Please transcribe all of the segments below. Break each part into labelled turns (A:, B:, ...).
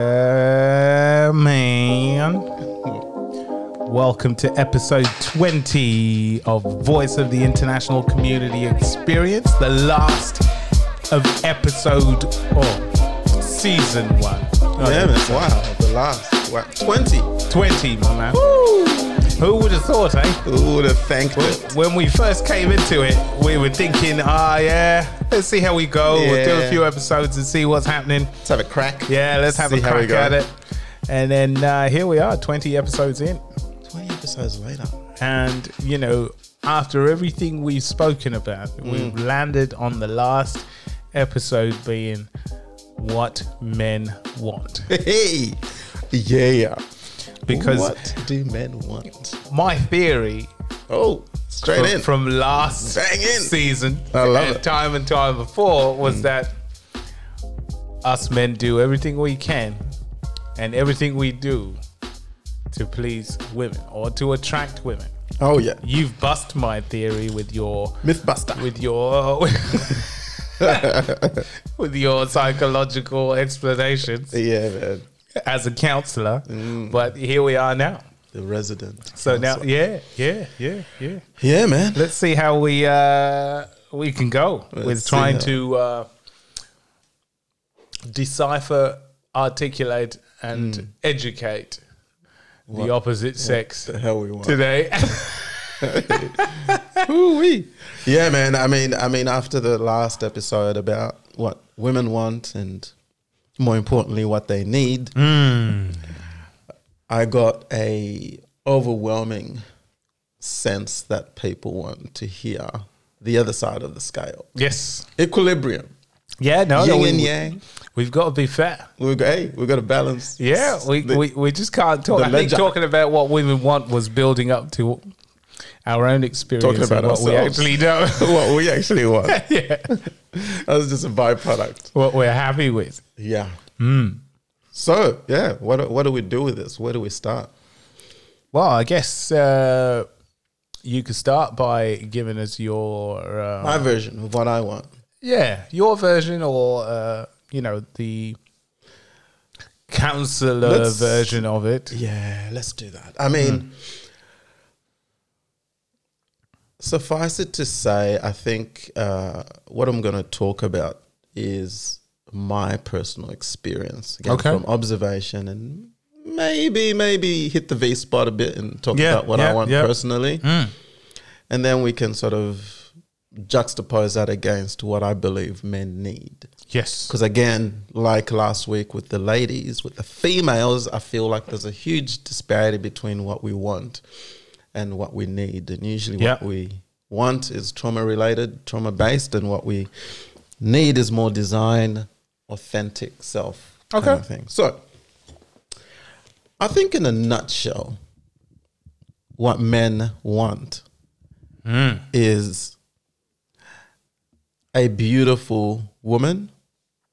A: Uh, Welcome to episode 20 of Voice of the International Community Experience, the last of episode or season one.
B: Oh,
A: Oh,
B: Yeah, man. Wow. The last. Wow. 20.
A: 20, my man. Who would have thought, eh?
B: Who would have thanked it?
A: When we first came into it, we were thinking, ah, yeah, let's see how we go. We'll do a
B: Yeah.
A: few episodes and see what's happening.
B: Let's have a crack.
A: Yeah, let's have a
B: See how we
A: crack
B: go.
A: at it. And then uh, here we are, 20 episodes in.
B: 20 episodes later.
A: And, you know, after everything we've spoken about,
B: Mm.
A: we've landed on the last episode being what men want.
B: Hey. Yeah.
A: Because
B: what do men want?
A: my theory
B: Oh, straight
A: from,
B: in.
A: from last
B: Bang in.
A: season
B: I love
A: and
B: it. Mm.
A: time and time before was that us men do everything we can and everything we do to please women or to attract women.
B: oh, yeah.
A: You've bust my theory with your
B: Mythbuster.
A: with your with your psychological explanations
B: yeah, Mm. man.
A: as a counselor. But here we are now.
B: The resident.
A: So now, yeah, yeah, yeah, yeah.
B: Yeah, man.
A: Let's see how we uh, we can go with
B: see
A: trying
B: how-
A: to uh, decipher, articulate, and
B: Mm.
A: educate the opposite sex
B: The hell we want.
A: today.
B: Yeah, man. I mean, I mean, after the last episode about what women want and more importantly, what they need,
A: Hmm.
B: I got a overwhelming sense that people want to hear the other side of the scale.
A: yes.
B: Equilibrium,
A: Yeah. No. no
B: yin
A: we,
B: and yang.
A: We've got to be fair.
B: We go, hey, we got to balance.
A: Yeah, we,
B: the-
A: we, we just can't talk.
B: the
A: I think
B: ledger.
A: talking about what women want was building up to our own experience
B: Talking about
A: and what we
B: ourselves.
A: actually know.
B: what we actually want. that
A: yeah,
B: was just a byproduct.
A: what we're happy with.
B: Yeah.
A: Hmm.
B: So yeah, what do- what do we do with this? Where do we start?
A: Well, I guess uh, you could start by giving us your uh,
B: My version of what I want.
A: yeah your version or uh, you know the counselor
B: Let's-
A: version of it.
B: Yeah, let's do that. I mean, suffice it to say, I think uh, what I'm going to talk about is my personal experience again,
A: Okay.
B: from observation and maybe, maybe hit the V spot a bit and talk
A: Yeah,
B: about what
A: yeah,
B: I want
A: yeah. Mm.
B: personally. And then we can sort of juxtapose that against what I believe men need.
A: Yes.
B: Because again, like last week with the ladies, with the females, I feel like there's a huge disparity between what we want and what we need. And usually,
A: Yeah.
B: what we want is trauma related, trauma based, and what we need is more design, authentic self kind
A: Okay.
B: of thing. So, I think in a nutshell, what men want is a beautiful woman,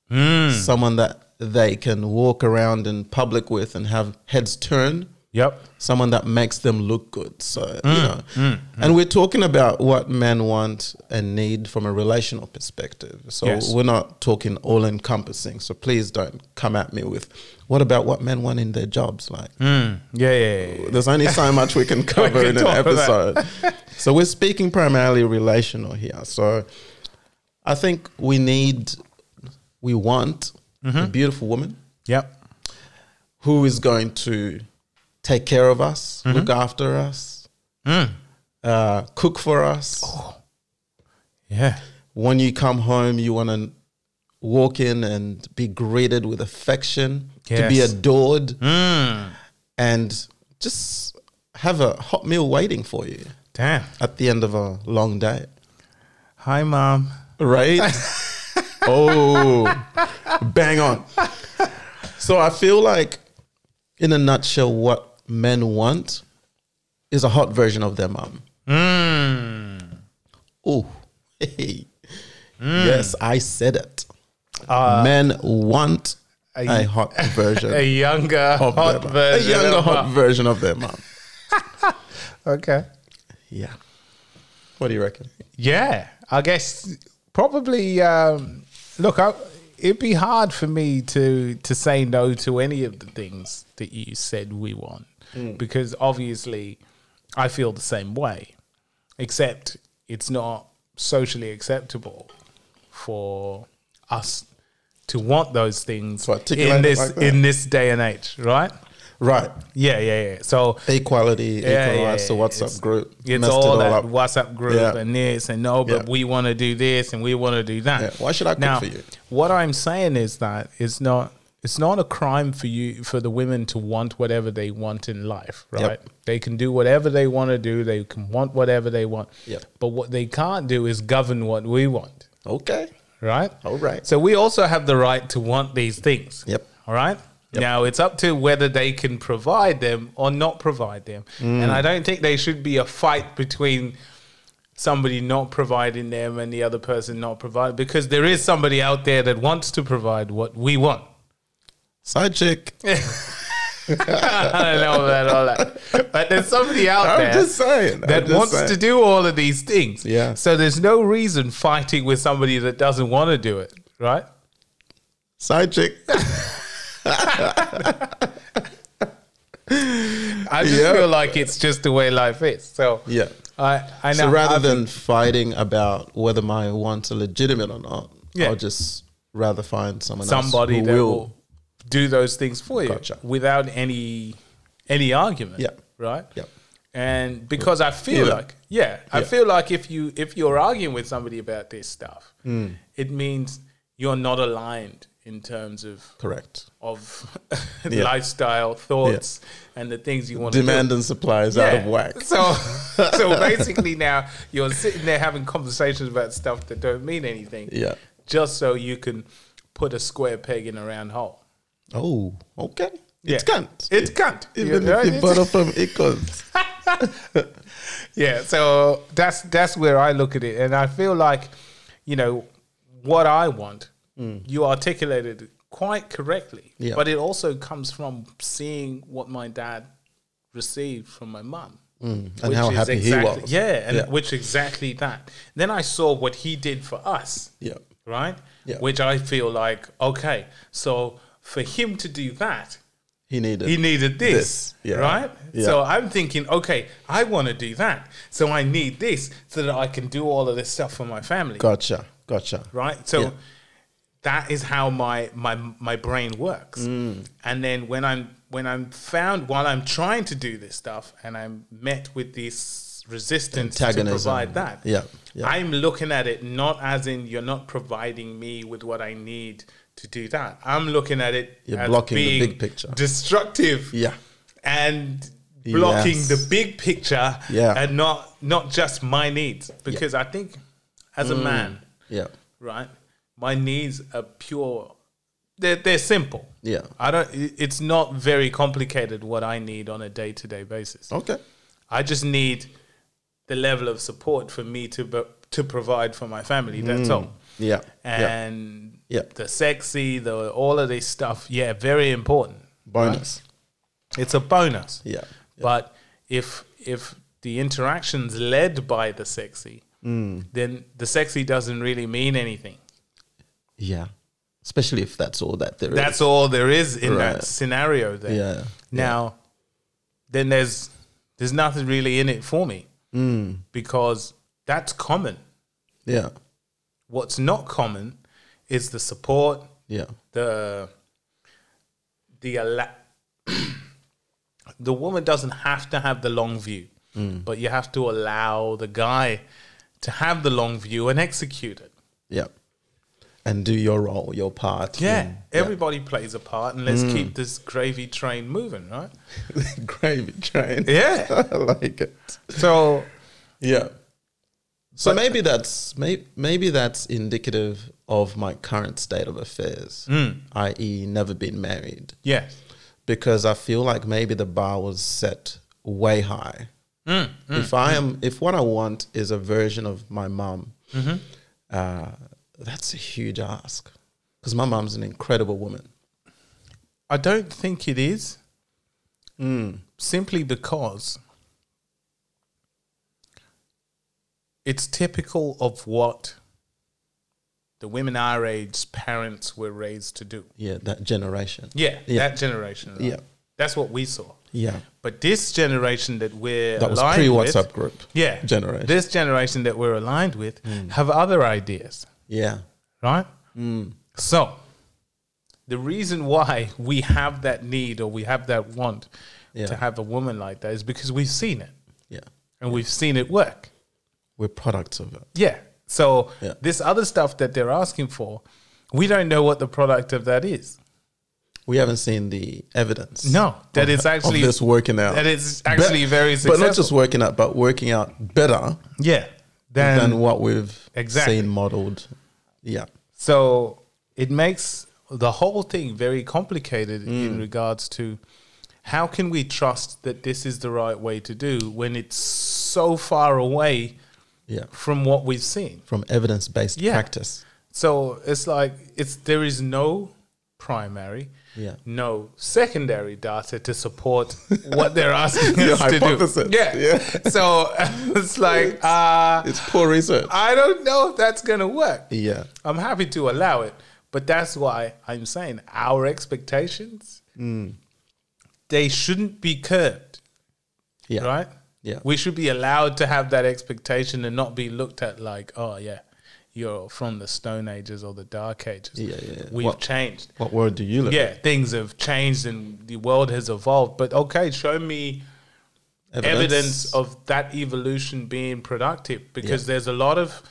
B: someone that they can walk around in public with and have heads turn,
A: Yep.
B: someone that makes them look good. So,
A: Mm,
B: you know, and we're talking about what men want and need from a relational perspective. So,
A: Yes.
B: we're not talking all encompassing. So, please don't come at me with what about what men want in their jobs like?
A: Yeah. yeah, yeah, yeah.
B: There's only so much we can cover
A: Mm. can
B: in an
A: talk about
B: episode. so we're speaking primarily relational here. So I think we need, we want
A: Mm-hmm.
B: a beautiful woman
A: Yep.
B: who is going to take care of us, look after us, uh, cook for us.
A: Yeah.
B: When you come home, you want to walk in and be greeted with affection, to be
A: Yes.
B: adored, and just have a hot meal waiting for you
A: Damn.
B: at the end of a long day.
A: Hi, mom.
B: Right? oh, bang on. So I feel like, in a nutshell, what men want is a hot version of their mum.
A: Hmm.
B: Oh, hey. Yes, I said it. men want
A: Uh, a-
B: a, hot version.
A: A younger hot,
B: of their mum.
A: version.
B: a younger
A: of
B: hot
A: mum.
B: version of their mum.
A: Okay.
B: Yeah. What do you reckon?
A: Yeah, I guess probably. Um, look, I, it'd be hard for me to to say no to any of the things that you said we want
B: Mm.
A: because obviously I feel the same way, except it's not socially acceptable for us to want those things
B: To articulate
A: in
B: it
A: this
B: like that.
A: in this day and age, right?
B: Right.
A: Yeah, yeah, yeah. So
B: Equality,
A: yeah,
B: equal
A: yeah,
B: rights, the
A: yeah.
B: WhatsApp
A: It's-
B: group.
A: It's
B: Messed
A: all, that
B: up.
A: WhatsApp group
B: Yeah.
A: and this and no, but
B: Yeah.
A: we want to do this and we want to do that.
B: Yeah. Why should I cook
A: now,
B: for you?
A: What I'm saying is that it's not it's not a crime for you for the women to want whatever they want in life, right? They can do whatever they want to do. They can want whatever they want.
B: Yep.
A: But what they can't do is govern what we want,
B: Okay.
A: right?
B: All right.
A: So we also have the right to want these things.
B: Yep.
A: All right. Now it's up to whether they can provide them or not provide them.
B: Mm.
A: And I don't think they should be a fight between somebody not providing them and the other person not providing because there is somebody out there that wants to provide what we want.
B: Side chick.
A: I don't know about all that. But there's somebody out
B: I'm
A: there
B: just saying. I'm
A: that
B: just
A: wants
B: saying.
A: to do all of these things.
B: Yeah.
A: So there's no reason fighting with somebody that doesn't want to do it, right?
B: Side chick.
A: I just
B: Yeah.
A: feel like it's just the way life is. So
B: Yeah.
A: I I know
B: So rather
A: I-
B: than fighting about whether my wants are legitimate or not,
A: Yeah.
B: I'll just rather find someone
A: somebody
B: else
A: that will do those things for you
B: Gotcha.
A: without any any argument.
B: Yeah.
A: Right.
B: Yeah.
A: And because I feel
B: Yeah.
A: like yeah, I
B: Yeah.
A: feel like if you if you're arguing with somebody about this stuff,
B: Mm.
A: it means you're not aligned in terms of
B: correct.
A: of
B: Yeah.
A: lifestyle thoughts and the things you want to do.
B: Demand and supply is out of
A: Yeah.
B: whack.
A: So, so basically, now you're sitting there having conversations about stuff that don't mean anything.
B: Yeah.
A: Just so you can put a square peg in a round hole.
B: Oh, okay.
A: Yeah.
B: It's cunt.
A: It's cunt.
B: Even
A: You know,
B: if you
A: it's-
B: butter from Icons.
A: yeah. So that's that's where I look at it, and I feel like, you know, what I want, you articulated it quite correctly.
B: Hmm. Yeah.
A: But it also comes from seeing what my dad received from my mum.
B: Hmm. and
A: which
B: how
A: is
B: happy he
A: exactly,
B: was.
A: Yeah, and
B: Yeah.
A: which exactly that. Then I saw what he did for us.
B: Yeah.
A: Right?
B: Yeah.
A: Which I feel like, okay, so for him to do that,
B: He needed.
A: he needed this,
B: This, yeah.
A: right?
B: Yeah.
A: So I'm thinking, okay, I want to do that. So I need this so that I can do all of this stuff for my family,
B: Gotcha. Gotcha.
A: right? So
B: Yeah.
A: that is how my my my brain works.
B: Mm.
A: And then when I'm when I'm found while I'm trying to do this stuff and I'm met with this resistance to
B: Antagonism.
A: provide that.
B: Yeah. Yeah.
A: I'm looking at it not as in you're not providing me with what I need to do that. I'm looking at it
B: You're
A: as
B: blocking the
A: being
B: big picture.
A: destructive
B: Yeah.
A: and blocking
B: Yes.
A: the big picture
B: Yeah.
A: and not not just my needs because i think as a
B: Mm.
A: man
B: Yeah.
A: right my needs are pure they're, they're simple
B: Yeah.
A: i don't it- it's not very complicated what i need on a day-to-day basis
B: Okay.
A: i just need the level of support for me to bu- to provide for my family that's all
B: Yeah. Mm. yeah.
A: and
B: Yeah.
A: the sexy the all of this stuff yeah very important
B: Bonus.
A: it's a bonus
B: Yeah.
A: but if if the interaction's led by the sexy,
B: Mm.
A: then the sexy doesn't really mean anything.
B: Yeah. Especially if that's all that there is.
A: That's all there is in that
B: Right.
A: scenario there.
B: Yeah.
A: Now, then there's there's nothing really in it for me
B: Mm.
A: because that's common.
B: Yeah.
A: What's not common is the support,
B: Yeah.
A: the the ala- the woman doesn't have to have the long view, but you have to allow the guy to have the long view and execute it.
B: Yeah. And do your role, your part.
A: Yeah, Mm. everybody plays a part, and let's keep this gravy train moving, right?
B: in Gravy train.
A: Yeah.
B: I like it.
A: So
B: Yeah. So maybe that's may, maybe that's indicative of my current state of affairs,
A: Hmm.
B: i.e., never been married,
A: yeah,
B: because I feel like maybe the bar was set way high.
A: Hmm.
B: if I am, if what I want is a version of my mum,
A: Mm-hmm.
B: uh, that's a huge ask, because my mum's an incredible woman.
A: I don't think it is.
B: Hmm.
A: Simply because it's typical of what the women our age parents were raised to do.
B: Yeah, that generation.
A: Yeah,
B: Yeah.
A: that generation.
B: Yeah.
A: that's what we saw.
B: Yeah.
A: But this generation that we're
B: That was
A: aligned
B: pre
A: with-
B: WhatsApp group.
A: yeah,
B: generation. Hmm.
A: This generation that we're aligned with have other ideas,
B: Yeah.
A: right?
B: Mm.
A: So, the reason why we have that need or we have that want
B: Yeah.
A: to have a woman like that is because we've seen it
B: Yeah.
A: and we've seen it work.
B: We're products of it.
A: Yeah. So
B: Yeah.
A: this other stuff that they're asking for, we don't know what the product of that is.
B: We haven't seen the evidence.
A: No, that
B: of-
A: it's actually
B: of this working out.
A: that it's actually
B: But-
A: very
B: But not just
A: successful.
B: working out, but working out better
A: yeah. Then
B: than what we've
A: Exactly.
B: seen modeled. Yeah.
A: so it makes the whole thing very complicated
B: Mm.
A: in regards to how can we trust that this is the right way to do when it's so far away
B: Yeah.
A: from what we've seen.
B: From evidence based
A: Yeah.
B: practice.
A: So it's like it's there is no primary,
B: Yeah.
A: no secondary data to support what they're asking
B: Your
A: us to do.
B: hypothesis.
A: Yeah.
B: Yeah.
A: So it's like uh,
B: It's poor research.
A: I don't know if that's gonna work.
B: Yeah.
A: I'm happy to allow it, but that's why I'm saying our expectations
B: Mm.
A: they shouldn't be curbed,
B: Yeah.
A: right?
B: Yeah.
A: We should be allowed to have that expectation and not be looked at like, oh yeah, you're from the Stone Ages or the Dark Ages.
B: Yeah, yeah, yeah.
A: We've
B: What-
A: changed.
B: What word do you look
A: Yeah, things have changed and the world has evolved. But okay, show me
B: at?
A: evidence of that evolution being productive because there's a lot of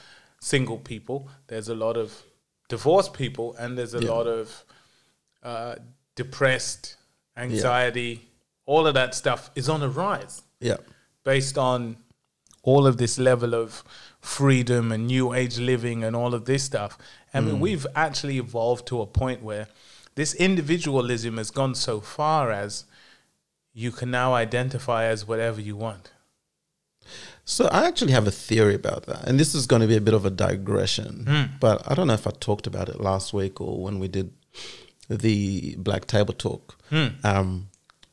A: single people, there's a lot of divorced people, and there's a
B: Yeah.
A: lot of uh, depressed, anxiety, all of that stuff is on a rise
B: Yeah.
A: based on all of this level of freedom and new age living and all of this stuff. I mean, we've actually evolved to a point where this individualism has gone so far as you can now identify as whatever you want.
B: So I actually have a theory about that, and this is going to be a bit of a digression,
A: Hmm.
B: but I don't know if I talked about it last week or when we did the Black Table Talk.
A: Hmm.
B: Um,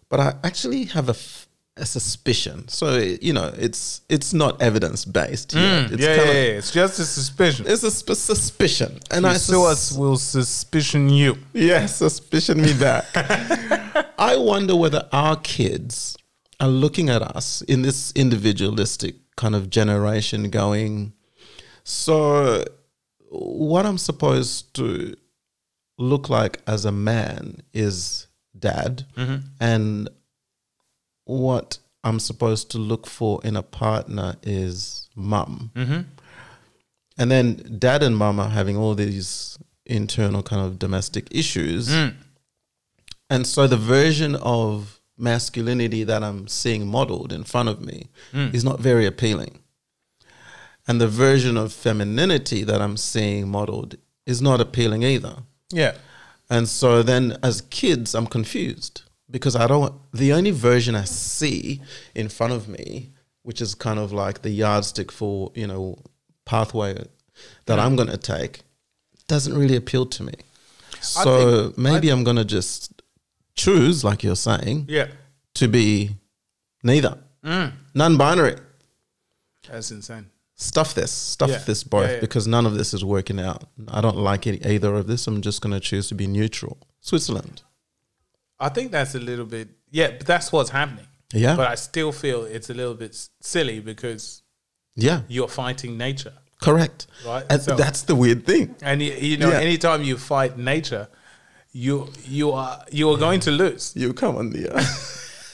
B: but I actually have a, f- a suspicion. So you know, it's it's not evidence based. yet. It's
A: Mm. Hmm. yeah,
B: kind of-
A: yeah, yeah. It's just a suspicion.
B: It's a sp- suspicion, and I
A: you sue
B: sus-
A: us, will suspicion you.
B: yeah, suspicion me back. I wonder whether our kids are looking at us in this individualistic kind of generation going, so what I'm supposed to look like as a man is dad, and what I'm supposed to look for in a partner is mum. And then dad and mum are having all these internal kind of domestic issues. And so the version of masculinity that I'm seeing modeled in front of me is not very appealing. And the version of femininity that I'm seeing modeled is not appealing either.
A: Yeah.
B: And so then as kids, I'm confused because I don't, the only version I see in front of me, which is kind of like the yardstick for, you know, pathway that I'm going to take, doesn't really appeal to me. So maybe I'm going to just choose, like you're saying,
A: Yeah.
B: to be neither,
A: Mm.
B: non binary.
A: That's insane.
B: Stuff this, stuff
A: Yeah.
B: this both,
A: Yeah, yeah.
B: because none of this is working out. I don't like it, either of this. I'm just going to choose to be neutral. Switzerland.
A: I think that's a little bit, yeah, but that's what's happening.
B: Yeah.
A: But I still feel it's a little bit s- silly because
B: Yeah,
A: you're fighting nature.
B: correct.
A: Right,
B: And
A: so-
B: that's the weird thing.
A: And you, you know,
B: Yeah.
A: anytime you fight nature, you you are you are going to lose.
B: You come on the,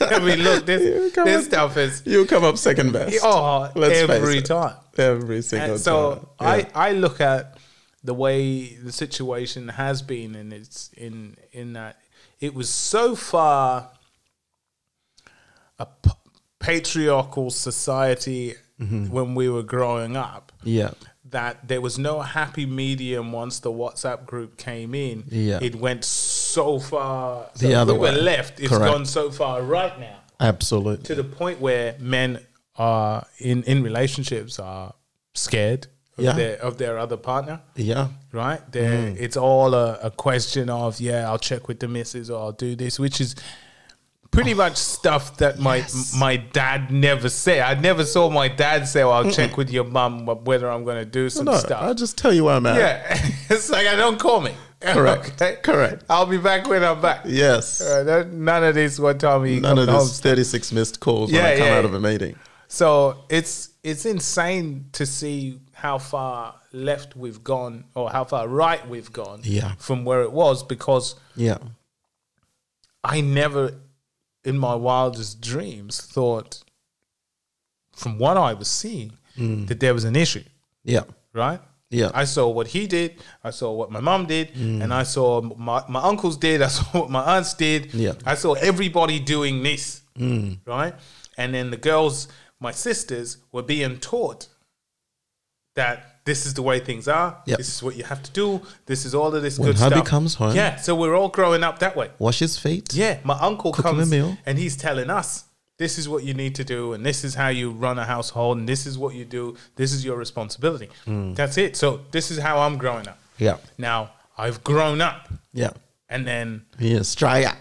A: I mean, look,
B: You
A: this
B: come
A: this
B: on.
A: stuff is
B: you come up second best.
A: oh
B: Let's face
A: every
B: it.
A: time.
B: every single
A: And so
B: time. Yeah.
A: I I look at the way the situation has been, and it's in in that it was so far a p- patriarchal society
B: Mm-hmm.
A: when we were growing up
B: yeah,
A: that there was no happy medium once the WhatsApp group came in.
B: Yeah.
A: It went so far
B: The
A: so
B: other
A: we were
B: way.
A: left. It's
B: Correct.
A: gone so far right now to
B: absolutely.
A: the point where men are in, in relationships are scared of
B: Yeah. Mm.
A: their of their other partner.
B: Yeah,
A: Right? They're, It's all a, a question of, yeah, I'll check with the missus or I'll do this, which is pretty much stuff that my my dad never said. I never saw my dad say, "Well, I'll check with your mum wh- whether I'm going to do some
B: No,
A: stuff."
B: I'll just tell you where I'm at.
A: yeah, it's like I don't call me.
B: Correct. Correct.
A: I'll be back when I'm back.
B: Yes.
A: Uh, that- none of this one time he
B: None
A: come
B: of
A: home.
B: this 36 missed calls when
A: Yeah,
B: I come
A: yeah,
B: out of
A: yeah.
B: a meeting.
A: So it's it's insane to see how far left we've gone or how far right we've gone
B: Yeah.
A: from where it was because
B: Yeah.
A: I never, in my wildest dreams, thought from what I was seeing
B: Mm.
A: that there was an issue,
B: Yeah.
A: right?
B: Yeah. Mm.
A: I saw what he did, I saw what my mom did, and I saw my, my uncles did, I saw what my aunts did.
B: Yeah. Mm.
A: I saw everybody doing this, right? And then the girls, my sisters, were being taught that this is the way things are,
B: Yep.
A: this is what you have to do, this is all of this
B: When
A: good
B: hubby
A: stuff.
B: comes home-
A: Yeah, so we're all growing up that way.
B: Wash his feet.
A: Yeah, my uncle comes
B: a meal.
A: and he's telling us this is what you need to do, and this is how you run a household, and this is what you do. This is your responsibility.
B: Hmm.
A: That's it. So this is how I'm growing up.
B: Yeah.
A: Now I've grown up,
B: Yeah.
A: and then
B: Yeah. Straya.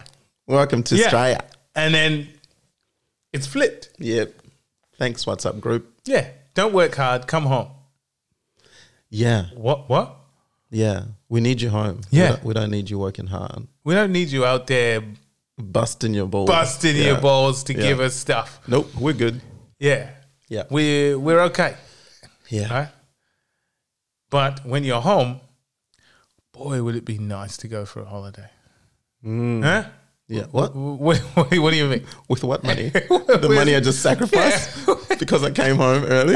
B: Welcome to
A: yeah,
B: Straya.
A: and then it's flipped.
B: Yep. Thanks, WhatsApp group.
A: Yeah, don't work hard, come home.
B: Yeah.
A: What? What?
B: Yeah. We need you home.
A: Yeah.
B: We don't, we don't need you working hard.
A: We don't need you out there
B: Busting your balls.
A: busting
B: Yeah.
A: your balls to
B: Yeah.
A: give us stuff.
B: Nope. We're good.
A: Yeah,
B: Yeah.
A: we're we're okay.
B: yeah.
A: right? But when you're home, boy, would it be nice to go for a holiday.
B: Mm.
A: Huh?
B: Yeah. What?
A: What, what, what do you mean?
B: With what money? the money I just sacrificed because I came home early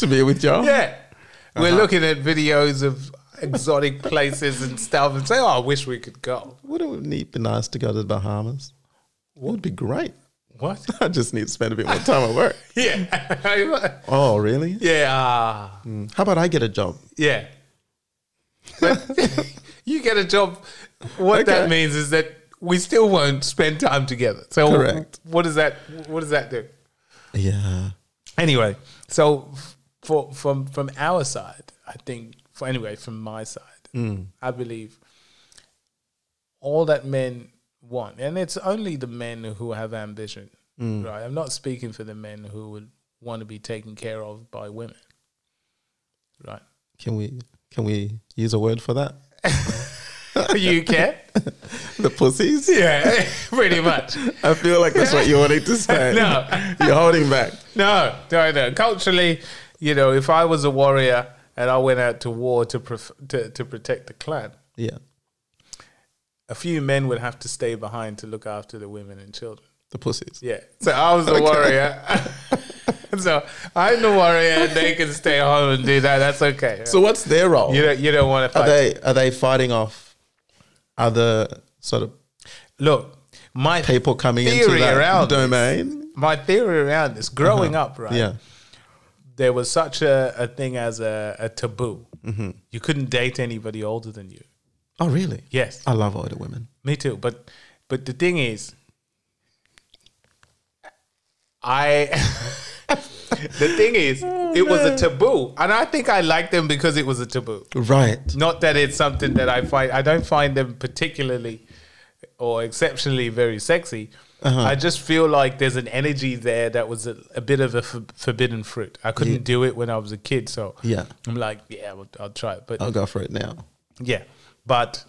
B: to be with y'all.
A: Yeah. We're
B: Uh-huh.
A: looking at videos of exotic places and stuff and say, oh, I wish we could go.
B: Wouldn't it be nice to go to the Bahamas? Would be great.
A: What?
B: I just need to spend a bit more time at work.
A: Yeah.
B: Oh, really?
A: yeah. ah.
B: How about I get a job?
A: Yeah. you get a job. What
B: Okay.
A: that means is that we still won't spend time together. So
B: Correct.
A: what does that what does that do?
B: Yeah.
A: anyway, so f- for from from our side, I think for anyway from my side, I believe all that men want, and it's only the men who have ambition, right? I'm not speaking for the men who would want to be taken care of by women, right?
B: Can we can we use a word for that?
A: you can,
B: The pussies?
A: yeah, pretty much.
B: I feel like that's what you wanted to say.
A: No.
B: You're holding back.
A: No, no, no. Culturally, you know, if I was a warrior and I went out to war to pref- to, to protect the clan,
B: Yeah.
A: a few men would have to stay behind to look after the women and children.
B: The pussies.
A: Yeah. So I was the warrior. so I'm the warrior and they can stay home and do that. That's okay.
B: So what's their role?
A: you don't you don't want to
B: Are
A: fight.
B: they are they fighting off other sort of
A: Look, my
B: people coming into
A: Theory
B: that
A: around this.
B: domain?
A: my theory around this growing up, right?
B: Yeah.
A: There was such a, a thing as a, a taboo. You couldn't date anybody older than you.
B: Oh really?
A: Yes.
B: I love older women.
A: Me too. But but the thing is, I the thing is, it was a taboo, and I think I liked them because it was a taboo.
B: Right.
A: Not that it's something that I find. I don't find them particularly or exceptionally very sexy. I just feel like there's an energy there that was a, a bit of a for, forbidden fruit. I couldn't do it when I was a kid, so
B: Yeah.
A: I'm like, yeah, I'll, I'll try it. But
B: I'll go for it now.
A: yeah, but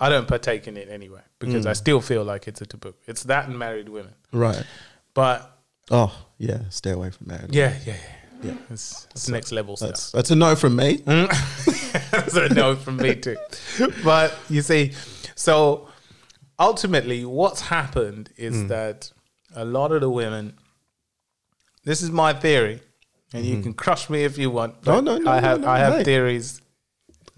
A: I don't partake in it anyway because
B: Mm.
A: I still feel like it's a taboo. It's that and married women.
B: Right.
A: But
B: Oh yeah. Stay away from marriage.
A: yeah, yeah, yeah.
B: Yeah.
A: It's, it's next level
B: That's that's a no from me.
A: Mm-hmm. stuff. so no, from me too. But you see, so ultimately, what's happened is
B: Mm.
A: that a lot of the women. This is my theory, and you can crush me if you want. But
B: Mm-hmm. no, no,
A: I
B: no,
A: have
B: no,
A: I have
B: hey.
A: theories,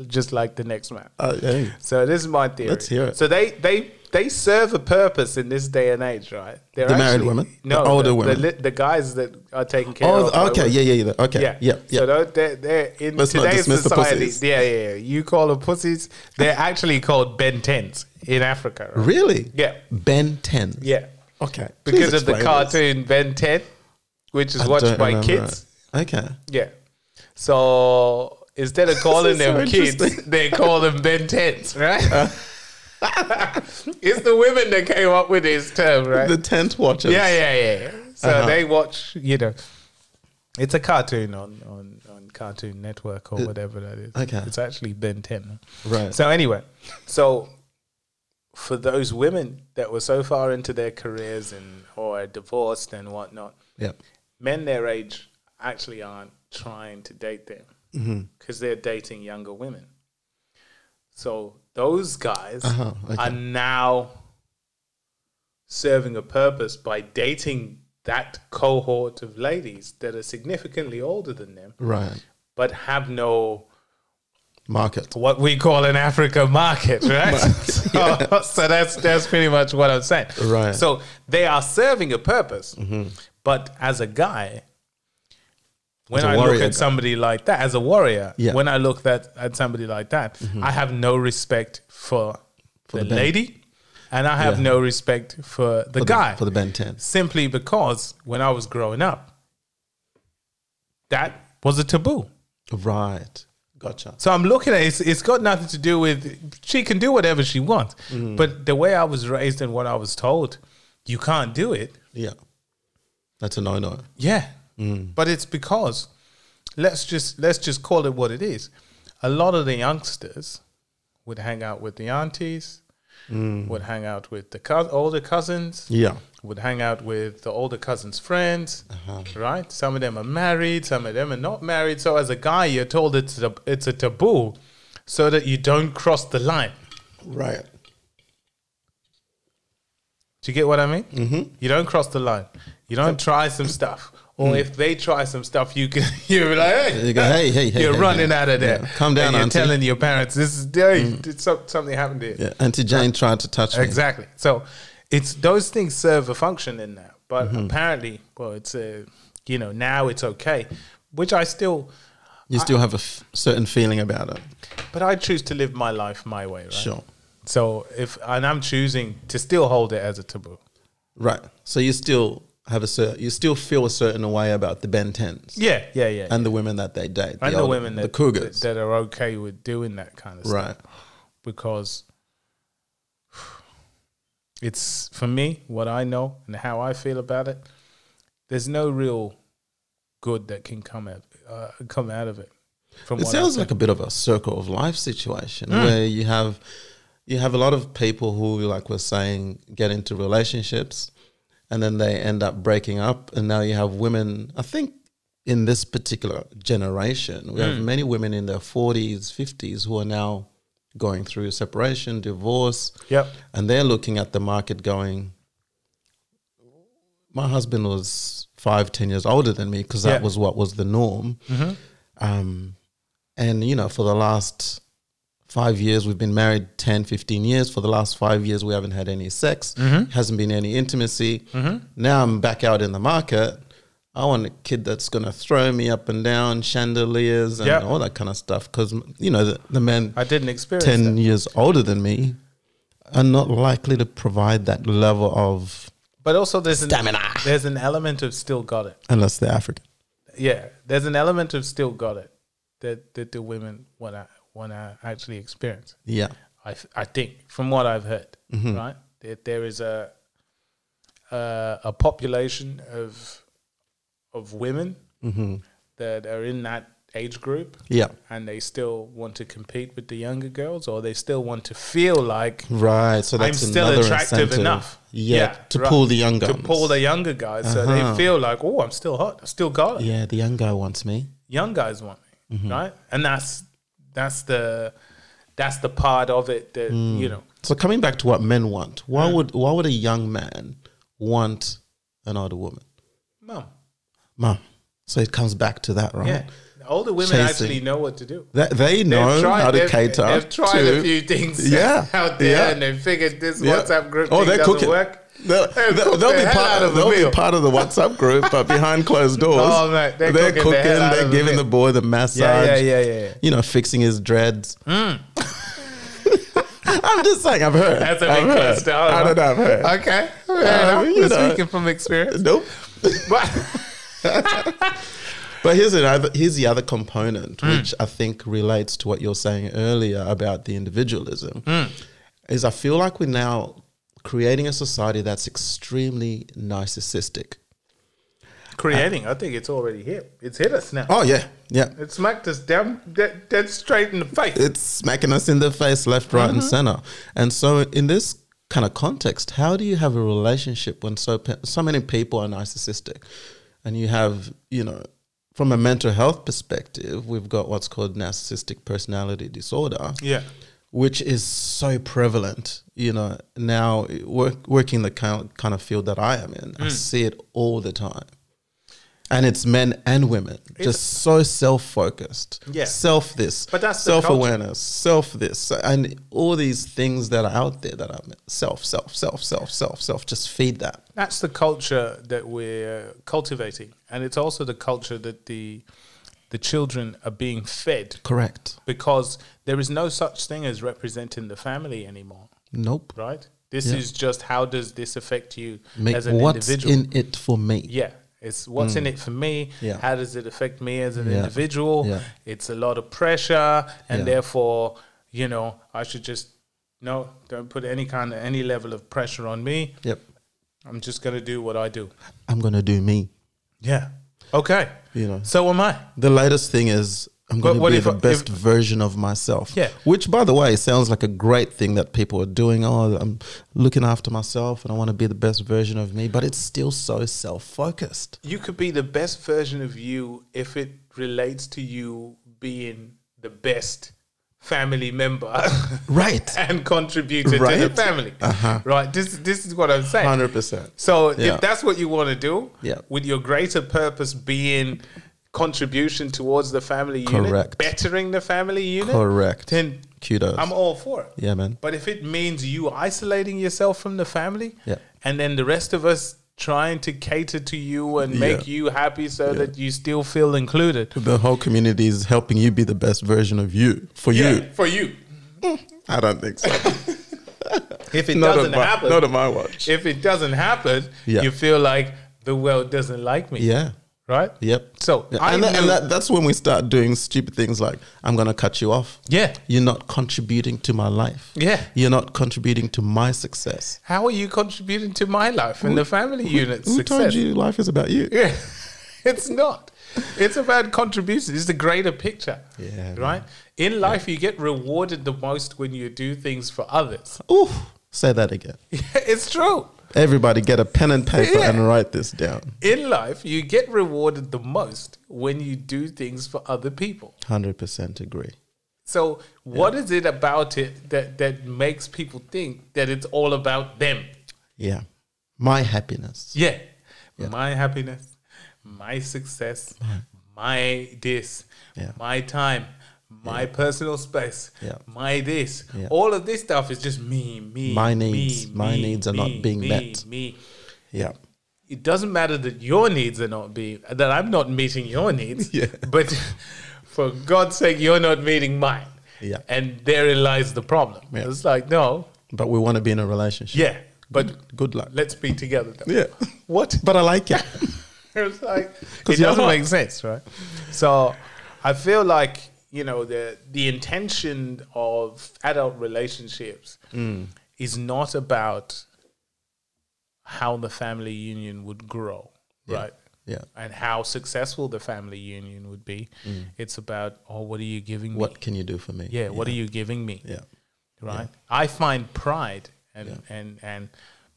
A: just like the next man.
B: Uh, hey.
A: So this is my theory.
B: Let's hear it.
A: So they they they serve a purpose in this day and age, right? They're
B: The married women?
A: no,
B: The older
A: the,
B: women?
A: the, the guys that are taken care of. by
B: Oh, okay.
A: women.
B: Yeah, yeah, yeah. Okay. Yeah, yeah.
A: So they're, they're, they're in
B: Let's not
A: today's
B: dismiss the
A: society.
B: pussies.
A: yeah, yeah, yeah. You call them pussies. They're actually called Ben Tens in Africa. Right?
B: really?
A: Yeah.
B: Ben 10.
A: Yeah.
B: Okay.
A: Because
B: Please
A: of the
B: explain this.
A: cartoon Ben Ten, which is
B: I
A: watched
B: don't
A: by
B: remember
A: kids.
B: it. Okay.
A: Yeah. So instead of calling
B: This is so
A: them kids,
B: interesting.
A: they call them Ben Tens, right? It's the women that came up with this term, right?
B: The tent watchers.
A: yeah, yeah, yeah. So
B: Uh-huh.
A: they watch, you know, it's a cartoon on, on, on Cartoon Network or whatever that is.
B: Uh, okay.
A: It's actually Ben 10.
B: Right.
A: So, anyway, so for those women that were so far into their careers and or are divorced and whatnot,
B: Yeah.
A: men their age actually aren't trying to date them
B: Mm-hmm.
A: because they're dating younger women. So those guys
B: Uh-huh, okay.
A: are now serving a purpose by dating that cohort of ladies that are significantly older than them,
B: Right.
A: but have no
B: Market.
A: what we call in Africa market, right? so, so that's that's pretty much what I'm saying.
B: Right. Mm-hmm.
A: So they are serving a purpose, but as a guy, when
B: As a
A: I look
B: warrior guy.
A: at somebody like that, as a warrior,
B: Yeah. Mm-hmm.
A: when I look that at somebody like that, I have no respect for, the,
B: the band.
A: lady, and I have
B: Yeah.
A: no respect for the
B: For
A: guy
B: The, for the Ben 10.
A: simply because when I was growing up, that was a taboo.
B: Right. Gotcha.
A: So I'm looking at it, it's, it's got nothing to do with she can do whatever she wants. But the way I was raised and what I was told, you can't do it.
B: Yeah. That's a no no.
A: Yeah. But it's because let's just let's just call it what it is. A lot of the youngsters would hang out with the aunties, would hang out with the cous older cousins,
B: Yeah.
A: would hang out with the older cousin's friends,
B: Uh-huh.
A: right? Some of them are married, some of them are not married. So as a guy, you're told it's a, it's a taboo, so that you don't cross the line.
B: Right.
A: Do you get what I mean? Mm-hmm. You don't cross the line. You don't try some stuff, or if they try some stuff, you can you're like, hey,
B: Hmm. You go, hey, hey, hey.
A: you're
B: hey,
A: running
B: hey.
A: out of there.
B: Yeah. Calm down,
A: and you're
B: auntie. Mm.
A: telling your parents this is hey, did so- something happened here.
B: Yeah. Auntie Jane tried to touch me.
A: Exactly. So it's those things serve a function in that, but
B: Mm-hmm.
A: apparently, well, it's a you know now it's okay, which I still,
B: You still have a f- certain feeling about it.
A: but I choose to live my life my way, right?
B: Sure.
A: So if and I'm choosing to still hold it as a taboo.
B: Right. So you still have a certain, you still feel a certain way about the Ben 10s
A: Yeah, yeah, yeah.
B: and the women that they date.
A: and the
B: older-
A: women that,
B: The cougars.
A: that are okay with doing that kind of stuff
B: right.
A: because it's for me what I know and how I feel about it. There's no real good that can come out uh, come out of it. From
B: It
A: what
B: sounds
A: I've Hmm.
B: like a bit of a circle of life situation where you have you have a lot of people who, like we're saying, get into relationships and then they end up breaking up. And now you have women, I think in this particular generation, we have
A: Hmm.
B: many women in their 40s, 50s who are now going through separation, divorce,
A: seen. yep.
B: and they're looking at the market going, my husband was five, ten years older than me because that
A: Yeah.
B: was what was the norm. Um, and, you know, for the last five years, we've been married 10, 15 years. For the last five years, we haven't had any sex, hasn't been any intimacy. Now I'm back out in the market. I want a kid that's going to throw me up and down, chandeliers, and
A: Yeah.
B: all that kind of stuff. Because, you know, the, the men
A: I didn't experience
B: 10
A: that.
B: years older than me are not likely to provide that level of
A: But also there's an,
B: Stamina.
A: there's an element of still got it.
B: unless they're african
A: Yeah, there's an element of still got it that that the women want to want to actually experience.
B: yeah
A: I, f- I think from what I've heard,
B: Mm-hmm.
A: right? There, there is a uh, a population of of women that are in that age group,
B: Mm-hmm. yeah
A: and they still want to compete with the younger girls, or they still want to feel like
B: right so
A: I'm
B: that's
A: still
B: another
A: attractive
B: incentive.
A: enough.
B: yeah, to
A: right.
B: pull the young guy
A: to pull the younger guys, so
B: Uh-huh.
A: they feel like, oh, I'm still hot, I still got it.
B: yeah Mm-hmm. the young guy wants me
A: Young guys want me, right? And that's that's the that's the part of it that you know.
B: so coming back to what men want why
A: Hmm.
B: would why would a young man want an older woman
A: Mom,
B: mom so it comes back to that right
A: Yeah. Older women
B: Chasing.
A: actually know what to do.
B: that they
A: They've
B: know
A: tried,
B: how to
A: they've,
B: cater
A: They've tried
B: to
A: a few things
B: Yeah.
A: out there
B: Yeah.
A: and they figured this
B: Yeah.
A: WhatsApp group
B: Oh,
A: thing
B: they're
A: doesn't
B: cooking.
A: work.
B: They'll,
A: Hey,
B: they'll-
A: cook
B: they'll
A: the
B: be,
A: hell
B: part
A: out
B: of,
A: of a
B: they'll
A: meal.
B: be part of the WhatsApp group, but behind closed doors,
A: Oh, mate, they're cooking the hell out
B: they're
A: of a
B: giving
A: meal.
B: the boy the massage,
A: Yeah, yeah, yeah, Mm. yeah.
B: you know, fixing his dreads. I'm just saying, I've heard.
A: That's a
B: I've
A: big
B: heard.
A: question. Hold
B: I
A: on. Uh,
B: don't know, I've heard.
A: Okay. Fair
B: Um,
A: enough.
B: you
A: We're
B: know.
A: Speaking from experience.
B: Nope.
A: But
B: But here's another. Here's the other
A: Mm. Mm.
B: component, which I think relates to what you're saying earlier about the individualism, is I feel like we're now creating a society that's extremely narcissistic.
A: Creating, I think it's already hit. It's hit us now.
B: Oh yeah, yeah.
A: It smacked us down dead, dead straight in the face.
B: It's smacking us in the face, left, right, and center. And so, in this kind of context, how do you have a relationship when so pe- so many people are narcissistic, and you have you know, from a mental health perspective, we've got what's called narcissistic personality disorder.
A: yeah.
B: which is so prevalent. You know, now work, working the kind of, kind of field that I am in, I
A: Mm.
B: see it all the time. And it's men and women, just so self focused.
A: Yeah.
B: Self this,
A: But that's the culture.
B: self awareness, self this, and all these things that are out there that are self, self, self, self, self, self. Just feed that.
A: That's the culture that we're cultivating, and it's also the culture that the the children are being fed
B: Correct.
A: because there is no such thing as representing the family anymore,
B: Nope.
A: right? This is just how does this affect you
B: Make
A: as an
B: what's
A: individual?
B: in it for me.
A: yeah, it's what's in it for me.
B: Yeah.
A: How does it affect me as an
B: Yeah.
A: individual?
B: Yeah.
A: It's a lot of pressure, and
B: Yeah.
A: therefore, you know, I should just no, don't put any kind of any level of pressure on me.
B: Yep.
A: I'm just going to do what I do.
B: I'm gonna do me.
A: Yeah. Okay.
B: You know.
A: So am I.
B: The latest thing is I'm
A: But
B: going
A: what
B: to be
A: if
B: the
A: I-
B: best
A: if-
B: version of myself.
A: Yeah.
B: Which, by the way, sounds like a great thing that people are doing. Oh, I'm looking after myself and I want to be the best version of me, but it's still so self focused.
A: You could be the best version of you if it relates to you being the best family member.
B: Right.
A: and contributor to the
B: Right.
A: family. Right. This this is what I'm saying.
B: 100%.
A: So
B: Yeah.
A: if that's what you want to do,
B: Yeah.
A: with your greater purpose being contribution towards the family unit,
B: Correct.
A: bettering the family unit,
B: Correct.
A: then
B: Kudos.
A: I'm all for it.
B: yeah, man.
A: But if it means you isolating yourself from the family,
B: Yeah.
A: and then the rest of us trying to cater to you and make
B: Yeah.
A: you happy so that you still feel included.
B: The whole community is helping you be the best version of you for you.
A: for you.
B: I don't think so.
A: If it
B: not, on
A: doesn't
B: my,
A: happen,
B: not on my watch.
A: if it doesn't happen,
B: Yeah.
A: you feel like the world doesn't like me,
B: yeah.
A: right?
B: Yep.
A: So
B: Yeah,
A: I
B: and, that,
A: knew-
B: and that, that's when we start doing stupid things like I'm going to cut you off.
A: Yeah.
B: You're not contributing to my life.
A: Yeah.
B: You're not contributing to my success.
A: How are you contributing to my life and the family unit's
B: Who
A: success?
B: told you life is about you?
A: Yeah, it's not. It's about contribution. It's the greater picture.
B: Yeah,
A: Right? In life, you get rewarded the most when you do things for others.
B: Ooh, say that again.
A: Yeah, it's true.
B: Everybody get a pen and paper
A: Yeah.
B: and write this down.
A: In life, you get rewarded the most when you do things for other people.
B: 100% agree.
A: So, what is it about it that, that makes people think that it's all about them?
B: Yeah. My happiness.
A: Yeah. My happiness, my success, my this,
B: Yeah.
A: my time, my personal space,
B: Yeah.
A: my this.
B: Yeah.
A: All of this stuff is just me, me,
B: My
A: me,
B: needs.
A: me,
B: My needs are not
A: me,
B: being
A: me,
B: met.
A: Me.
B: Yeah.
A: It doesn't matter that your needs are not being that I'm not meeting your needs,
B: Yeah.
A: but for God's sake, you're not meeting mine.
B: Yeah.
A: And therein lies the problem.
B: Yeah.
A: It's like, no,
B: But we want to be in a relationship.
A: yeah, but
B: Good luck.
A: let's be together though.
B: Yeah.
A: What?
B: But I like it.
A: it's like it
B: 'Cause you're
A: doesn't
B: not.
A: make sense, right? So I feel like you know the the intention of adult relationships
B: Hmm.
A: is not about how the family union would grow, right?
B: yeah.
A: And how successful the family union would be. It's about oh, what are you giving me?
B: Hmm. What can you do for me?
A: Yeah, what are you giving me?
B: Yeah.
A: right? I find pride and and and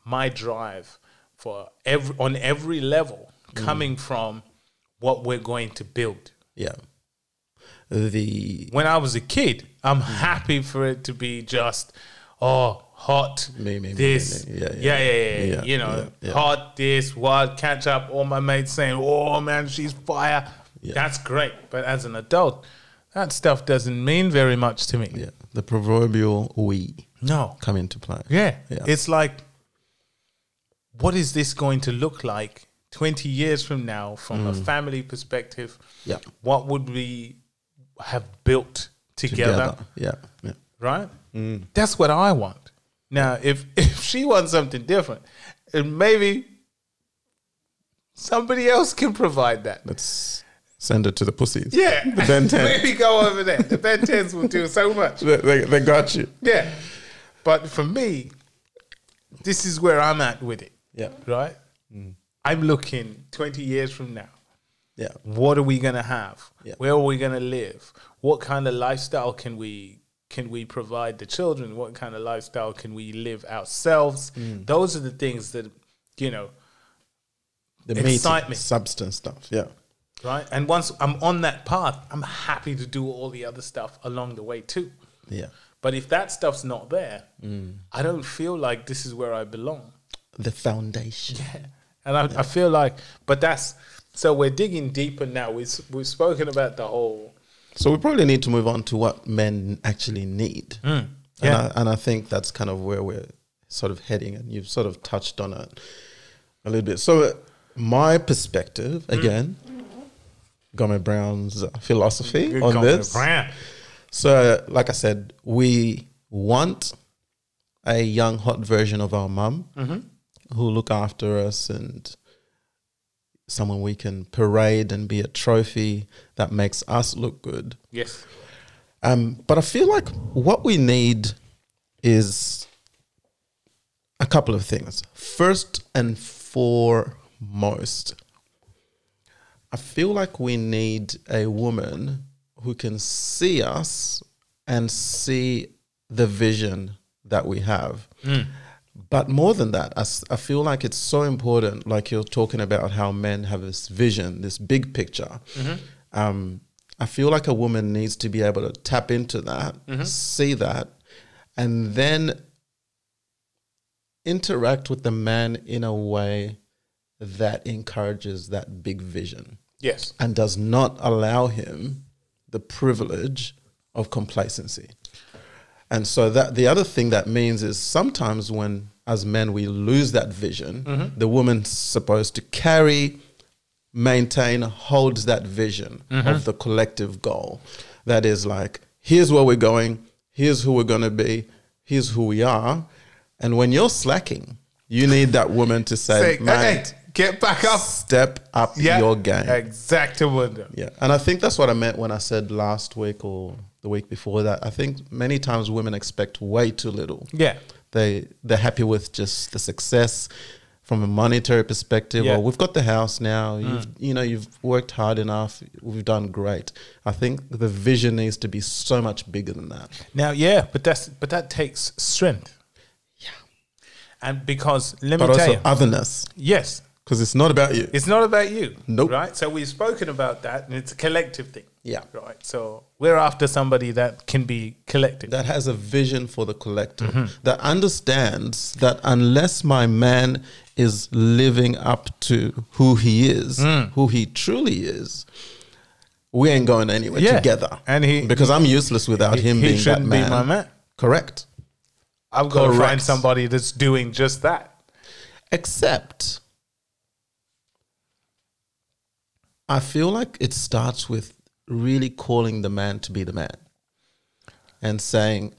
A: my drive for every on every level
B: Mm.
A: coming from what we're going to build.
B: Yeah. The
A: When I was a kid, I'm
B: Mm.
A: happy for it to be just oh hot
B: Me, me, me,
A: this
B: me, me. Yeah,
A: yeah
B: yeah,
A: yeah yeah, yeah,
B: yeah,
A: you know
B: yeah, yeah.
A: hot this what catch up all my mates saying oh man she's fire
B: Yeah.
A: that's great but as an adult that stuff doesn't mean very much to me
B: yeah, the proverbial we
A: no
B: come into play.
A: Yeah.
B: Yeah.
A: It's like, what is this going to look like 20 years from now from a family perspective?
B: Mm. Yeah.
A: What would we have built together?
B: Yeah. Yeah.
A: Right?
B: Mm.
A: That's what I want. Now, if, if she wants something different, and maybe somebody else can provide that.
B: Let's send it to the pussies.
A: Yeah.
B: The Ben 10.
A: maybe go over there. The Ben 10s will do so much.
B: They, they, they got you.
A: Yeah. But for me, this is where I'm at with it,
B: Yeah.
A: right? I'm looking 20 years from now.
B: Yeah.
A: What are we going to have?
B: Yeah.
A: Where are we going to live? What kind of lifestyle can we can we provide the children? What kind of lifestyle can we live ourselves? Those are the things that you know,
B: The
A: Excite me.
B: substance stuff. Yeah.
A: right? And once I'm on that path, I'm happy to do all the other stuff along the way too.
B: Yeah.
A: But if that stuff's not there, I don't feel like this is where I belong.
B: The foundation.
A: And I, I feel like, but that's so we're digging deeper now. We've, s- we've spoken about the whole.
B: So we probably need to move on to what men actually need.
A: yeah.
B: And I, and I think that's kind of where we're sort of heading, and you've sort of touched on it a little bit. So, uh, my perspective again, Gomer Brown's philosophy on this. So, like I said, we want a young, hot version of our mum who look after us and someone we can parade and be a trophy that makes us look good.
A: Yes.
B: Um, but I feel like what we need is a couple of things. First and foremost, I feel like we need a woman who can see us and see the vision that we have. But more than that, I, s- I feel like it's so important, like you're talking about how men have this vision, this big picture. Um, I feel like a woman needs to be able to tap into that, see that, and then interact with the man in a way that encourages that big vision
A: Yes.
B: and does not allow him the privilege of complacency. And so that the other thing that means is sometimes when as men we lose that vision,
A: Mm-hmm.
B: the woman's supposed to carry, maintain, hold that vision
A: Mm-hmm.
B: of the collective goal. That is like, here's where we're going, here's who we're gonna be, here's who we are. And when you're slacking, you need that woman to say,
A: Say,
B: "Mate,
A: hey, get back up.
B: step up
A: Yeah.
B: your game.
A: Exactamundo.
B: Yeah, and I think that's what I meant when I said last week or the week before that. I think many times women expect way too little.
A: Yeah.
B: They they're happy with just the success from a monetary perspective.
A: Yeah. Mm.
B: Or we've got the house now. You've you know you've worked hard enough. We've done great. I think the vision needs to be so much bigger than that.
A: Now, yeah, but that's but that takes strength.
B: Yeah.
A: And because let me
B: But
A: tell
B: also
A: you,
B: otherness,
A: yes,
B: because it's not about you.
A: it's not about you.
B: Nope.
A: Right. So we've spoken about that, and it's a collective thing.
B: Yeah.
A: Right. So we're after somebody that can be collective.
B: that has a vision for the collective
A: Mm-hmm.
B: that understands that unless my man is living up to who he is,
A: Mm.
B: who he truly is, we ain't going anywhere
A: Yeah.
B: together.
A: And he-
B: because I'm useless without
A: he-
B: him
A: he
B: being that
A: shouldn't be
B: man.
A: my man.
B: Correct.
A: I've got to find
B: Correct.
A: somebody that's doing just that.
B: Except, I feel like it starts with really calling the man to be the man and saying,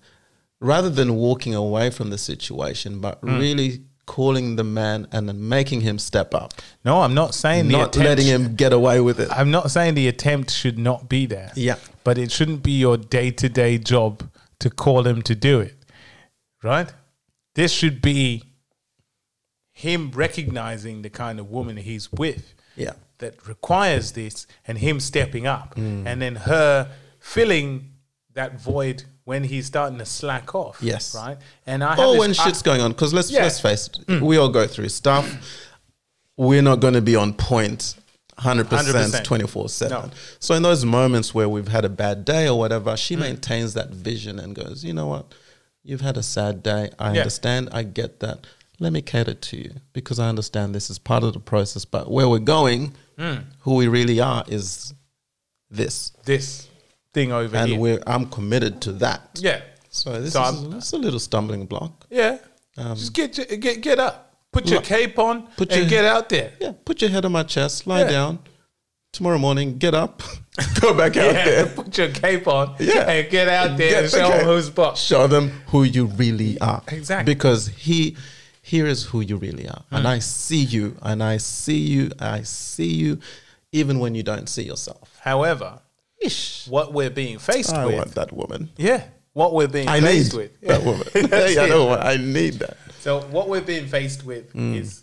B: rather than walking away from the situation, but really calling the man and then making him step up,
A: No, I'm not saying the
B: not
A: attempt,
B: letting him get away with it.
A: I'm not saying the attempt should not be there.
B: Yeah.
A: But it shouldn't be your day to day job to call him to do it. Right? This should be him recognizing the kind of woman he's with
B: Yeah.
A: that requires this and him stepping up
B: Hmm.
A: and then her filling that void when he's starting to slack off.
B: Yes.
A: Right? And I have
B: Oh,
A: this-
B: when
A: I-
B: shit's going on, because let's
A: Yeah. Mm.
B: let's face it, we all go through stuff. We're not going to be on point, hundred percent,
A: 100%.
B: twenty four
A: No.
B: seven. So in those moments where we've had a bad day or whatever,
A: Mm.
B: she maintains that vision and goes, you know what, you've had a sad day. I
A: Yeah.
B: understand. I get that. Let me cater to you because I understand this is part of the process. But where we're going,
A: Mm.
B: who we really are is this,
A: this thing over
B: and
A: here.
B: we're I'm committed to that.
A: yeah.
B: So this
A: So
B: is
A: I'm-
B: it's a little stumbling block.
A: Yeah. Just get, your- get get up. Put your
B: Look.
A: cape on
B: Um, Put
A: and
B: your-
A: get out there.
B: yeah, put your head on my chest, lie
A: Yeah.
B: down. Tomorrow morning, get up, go back out
A: Yeah,
B: there,
A: put your cape on
B: Yeah.
A: and get out there
B: Get
A: and
B: the
A: show 'em
B: cape.
A: who's boss.
B: show them who you really are.
A: Exactly. Hmm.
B: Because he, here is who you really are, and I see you, and I see you, I see you, even when you don't see yourself.
A: However,
B: Ish.
A: what we're being faced
B: I
A: with,
B: want that woman.
A: yeah, what we're being
B: I need
A: faced with.
B: that woman. Hey, I know. I need that.
A: So what we're being faced with
B: Mm.
A: is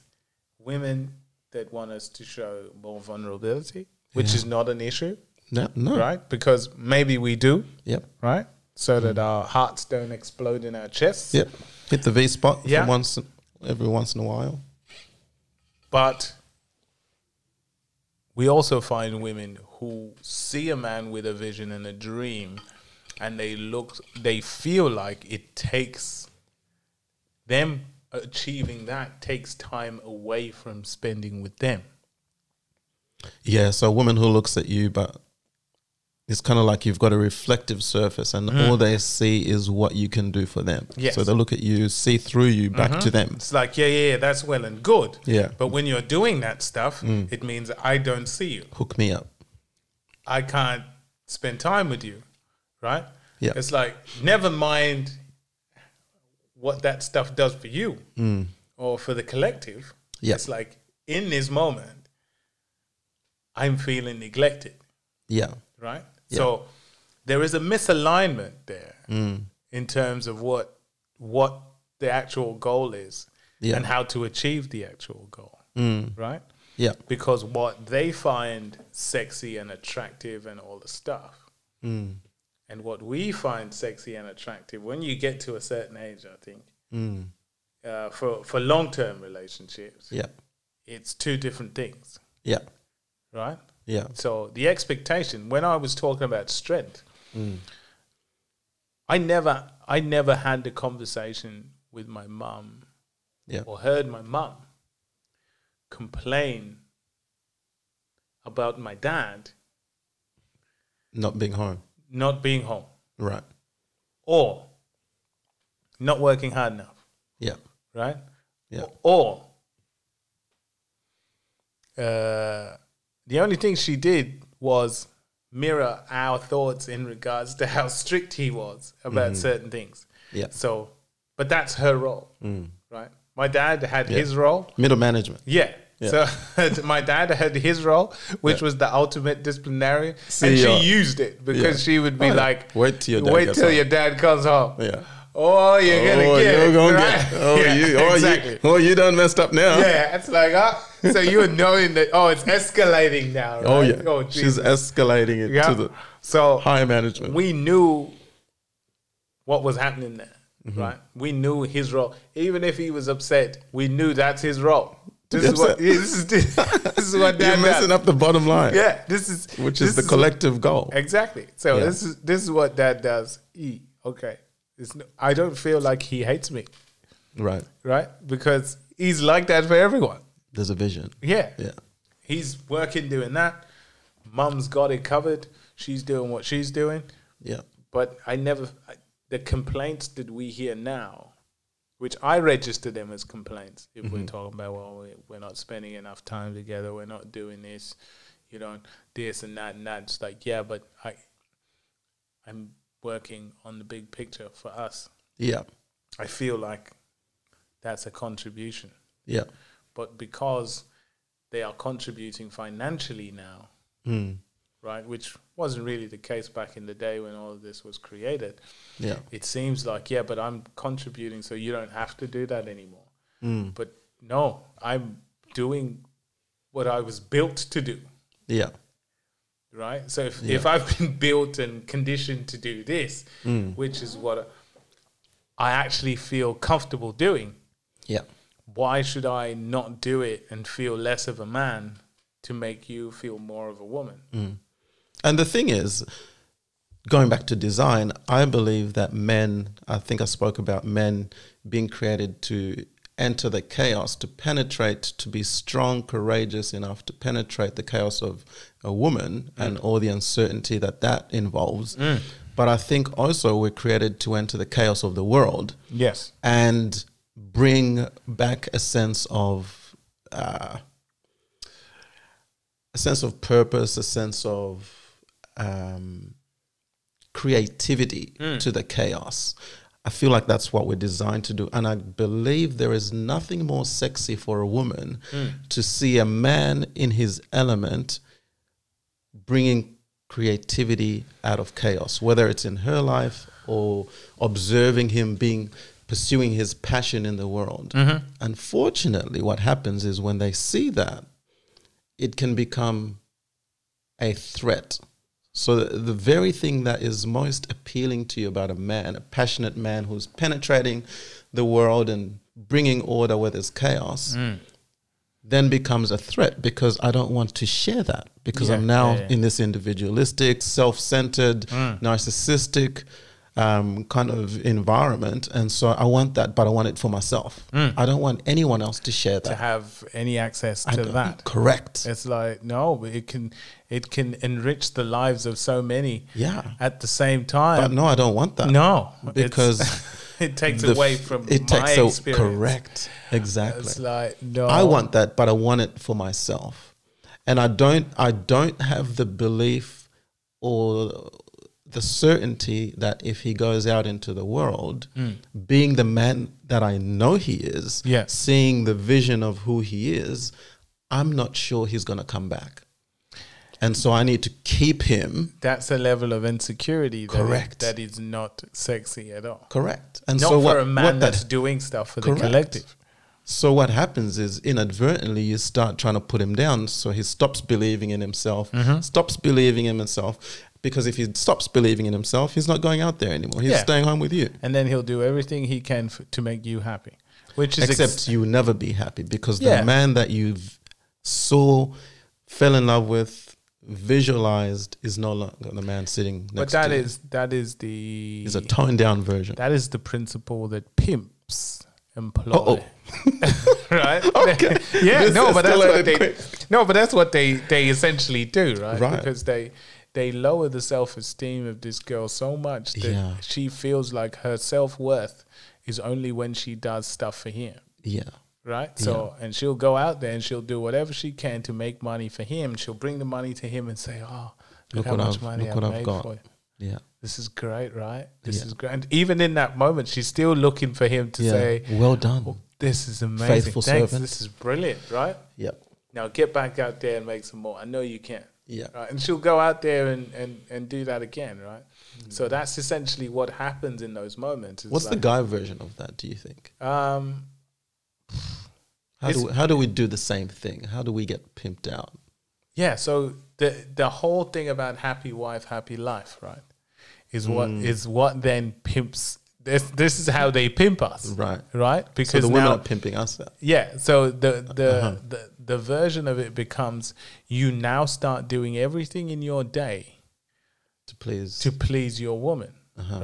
A: women that want us to show more vulnerability, which is not an issue,
B: No, no.
A: right? Because maybe we do,
B: Yep.
A: right? So that
B: Mm.
A: our hearts don't explode in our chests.
B: Yep. Hit the V spot
A: Yeah.
B: for once every once in a while.
A: But we also find women who see a man with a vision and a dream and they look they feel like it takes them achieving that takes time away from spending with them.
B: Yeah, so a woman who looks at you, but it's kind of like you've got a reflective surface, and all they see is what you can do for them.
A: Hmm. Yes. Mm-hmm.
B: So they look at you, see through you, back to them.
A: It's like, yeah, yeah, yeah, that's well and good.
B: Yeah.
A: But when you're doing that stuff, it means I don't see you.
B: Hook me up.
A: I can't spend time with you, right?
B: Yeah.
A: It's like, never mind what that stuff does for you or for the collective.
B: Mm. Yeah.
A: It's like, in this moment, I'm feeling neglected,
B: Yeah.
A: right? So there is a misalignment there
B: Mm.
A: in terms of what what the actual goal is
B: Yeah. Mm.
A: and how to achieve the actual goal, right?
B: Yeah.
A: because what they find sexy and attractive and all the stuff and what we find sexy and attractive when you get to a certain age i think uh, for, for long-term relationships
B: Yeah.
A: it's two different things
B: Yeah.
A: right
B: Yeah.
A: so the expectation when i was talking about strength i never i never had the conversation with my mum
B: Yeah.
A: or heard my mum complain about my dad
B: Not being home.
A: not being home
B: Right.
A: or not working hard enough,
B: Yeah.
A: right?
B: Yeah.
A: Or uh, the only thing she did was mirror our thoughts in regards to how strict he was about certain things.
B: Mm-hmm. Yeah. Mm.
A: So, but that's her role, right? My dad had his role.
B: Middle management.
A: Yeah. So my dad had his role, which was the ultimate disciplinarian, and she
B: CEO.
A: used it because
B: uh, Yeah.
A: she would be
B: Oh, yeah.
A: like,
B: Wait till your dad
A: wait
B: gets
A: till
B: home."
A: your dad comes home.
B: Yeah.
A: Oh, you're
B: oh,
A: gonna get
B: you're
A: it,
B: gonna
A: right?
B: get. Oh,
A: Yeah,
B: you. Oh,
A: exactly.
B: you. Oh, you done messed up now.
A: Yeah, it's like, ah, so you're knowing that. Oh, it's escalating now. Right?
B: Oh, yeah.
A: Oh,
B: She's
A: Jesus.
B: escalating it
A: yeah.
B: to the
A: so
B: higher management.
A: we knew what was happening there,
B: Mm-hmm.
A: right? We knew his role. Even if he was upset, we knew that's his role. This is what
B: Upset.
A: this is, this is what
B: You're
A: dad does.
B: messing up the bottom line,
A: Yeah, this is
B: which
A: this
B: is the collective goal.
A: exactly. So
B: Yeah.
A: this is this is what dad does. E okay. It's no, I don't feel like he hates me,
B: Right.
A: right? Because he's like that for everyone.
B: There's a vision.
A: Yeah,
B: Yeah.
A: he's working doing that. Mum's got it covered. She's doing what she's doing.
B: Yeah.
A: But I never I, the complaints that we hear now, which I register them as complaints. If we're talking about well, we, we're not spending enough time together. We're not doing this. You know, this and that and that. It's like yeah, but I, I'm working on the big picture for us.
B: Yeah.
A: I feel like that's a contribution
B: Yeah.
A: but because they are contributing financially now, right, which wasn't really the case back in the day when all of this was created,
B: Yeah.
A: it seems like, yeah, but I'm contributing, so you don't have to do that anymore. But no, I'm doing what I was built to do,
B: Yeah.
A: right? So if, if I've been built and conditioned to do this, which is what I actually feel comfortable doing,
B: Yeah.
A: why should I not do it and feel less of a man to make you feel more of a woman?
B: Mm. And the thing is, going back to design, I believe that men, I think I spoke about men being created to enter the chaos, to penetrate, to be strong, courageous enough to penetrate the chaos of a woman and all the uncertainty that that involves. But I think also we're created to enter the chaos of the world.
A: Yes.
B: and bring back a sense of uh, a sense of purpose, a sense of um, creativity to the chaos. I feel like that's what we're designed to do, and I believe there is nothing more sexy for a woman to see a man in his element bringing creativity out of chaos, whether it's in her life or observing him being pursuing his passion in the world.
A: Mm-hmm.
B: Unfortunately, what happens is when they see that, it can become a threat. So the, the very thing that is most appealing to you about a man, a passionate man who's penetrating the world and bringing order where there's chaos,
A: Mm.
B: then becomes a threat because I don't want to share that because
A: Yeah,
B: I'm now
A: yeah, yeah.
B: in this individualistic, self-centered,
A: Mm.
B: narcissistic um, kind of environment, and so I want that, but I want it for myself.
A: Mm.
B: I don't want anyone else to share
A: to
B: that.
A: have any access
B: I
A: to
B: don't-
A: that.
B: correct?
A: It's like no, but it can it can enrich the lives of so many.
B: Yeah.
A: At the same
B: But
A: time,
B: no, I don't want that.
A: no, it's-
B: because
A: it takes
B: the f-
A: away from
B: it
A: my
B: takes a-
A: experience.
B: correct
A: It's
B: exactly.
A: like no,
B: I want that, but I want it for myself, and I don't. I don't have the belief or the certainty that if he goes out into the world, being the man that I know he is,
A: Hmm. Yeah.
B: seeing the vision of who he is, I'm not sure he's going to come back, and so I need to keep him
A: That's a level of insecurity. That
B: Correct.
A: that is not sexy at all.
B: correct. And
A: Not
B: so
A: for
B: what,
A: a man
B: what that
A: that's doing stuff for
B: Correct.
A: the collective.
B: So what happens is inadvertently you start trying to put him down, so he stops believing in himself,
A: Mm-hmm.
B: stops believing in himself, because if he stops believing in himself, he's not going out there anymore. He's
A: Yeah.
B: staying home with you.
A: And then he'll do everything he can f- to make you happy, which is ex-
B: Except you will never be happy because
A: Yeah.
B: the man that you saw, fell in love with, visualized is no longer the man sitting next
A: but
B: to
A: that
B: you.
A: is that is the
B: He's a toned down version.
A: That is the principle that pimps employ.
B: Uh-oh.
A: right? yeah,
B: This
A: no,
B: is
A: but that's what
B: escalated
A: they
B: quick.
A: No, but that's what they they essentially do, right?
B: Right.
A: Because they they lower the self-esteem of this girl so much that
B: Yeah.
A: she feels like her self-worth is only when she does stuff for him.
B: yeah.
A: Right, so and she'll go out there and she'll do whatever she can to make money for him. She'll bring the money to him and say, "Oh, look,
B: Look
A: how
B: what
A: much
B: I've
A: money
B: look
A: I've
B: what
A: made
B: I've got.
A: for you."
B: Yeah.
A: this is great, right? This
B: Yeah.
A: is great. And even in that moment, she's still looking for him to
B: Yeah.
A: say,
B: well done.
A: This is amazing.
B: Faithful
A: Thanks.
B: servant."
A: This is brilliant, right?
B: Yep.
A: Now get back out there and make some more. I know you can.
B: Yeah.
A: Right? And she'll go out there and, and, and do that again, right? So that's essentially what happens in those moments. It's
B: Mm. What's the
A: like,
B: guy version of that, do you think?
A: Um,
B: How do,
A: It's-
B: we, how do we do the same thing? How do we get pimped out?
A: yeah. So the the whole thing about happy wife, happy life, right, is what
B: Mm.
A: is what then pimps. This this is how they pimp us,
B: Right.
A: Right.
B: So
A: Because
B: the women
A: now,
B: are Uh-huh. pimping us out.
A: Yeah. So the the, the the version of it becomes you now start doing everything in your day
B: to please,
A: to please your woman,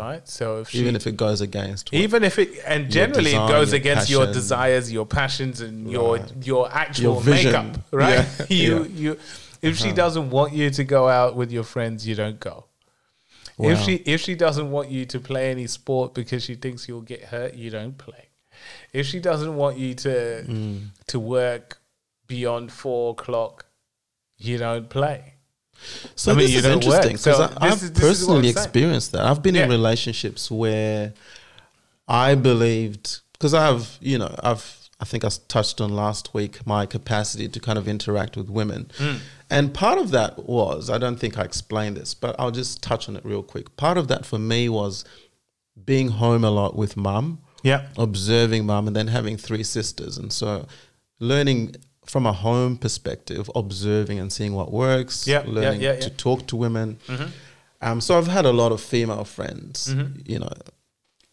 A: right? So if she,
B: Uh-huh. even if it goes against. what-
A: even if it and generally
B: desire,
A: it goes
B: your
A: against your
B: passion.
A: desires, your passions, and your your actual
B: Your vision.
A: makeup, right?
B: Yeah.
A: You
B: Yeah. Uh-huh.
A: you if she doesn't want you to go out with your friends, you don't go.
B: Wow.
A: If she if she doesn't want you to play any sport because she thinks you'll get hurt, you don't play. If she doesn't want you to
B: Mm.
A: to work beyond four o'clock, you don't play.
B: so
A: I mean,
B: this
A: you
B: is
A: don't work.
B: interesting because
A: So
B: I
A: this
B: I've
A: is- this is what I'm
B: personally
A: saying.
B: experienced that. I've been in
A: Yeah.
B: relationships where I believed because I've you know I've I think I s- touched on last week my capacity to kind of interact with women,
A: Mm.
B: and part of that was I don't think I explained this, but I'll just touch on it real quick. Part of that for me was being home a lot with mum.
A: Yeah.
B: observing mum and then having three sisters. And so learning from a home perspective, observing and seeing what works,
A: Yeah, yeah,
B: learning
A: yeah, Mm-hmm. yeah.
B: to talk to women. Um, so I've had a lot of female friends,
A: Mm-hmm.
B: you know,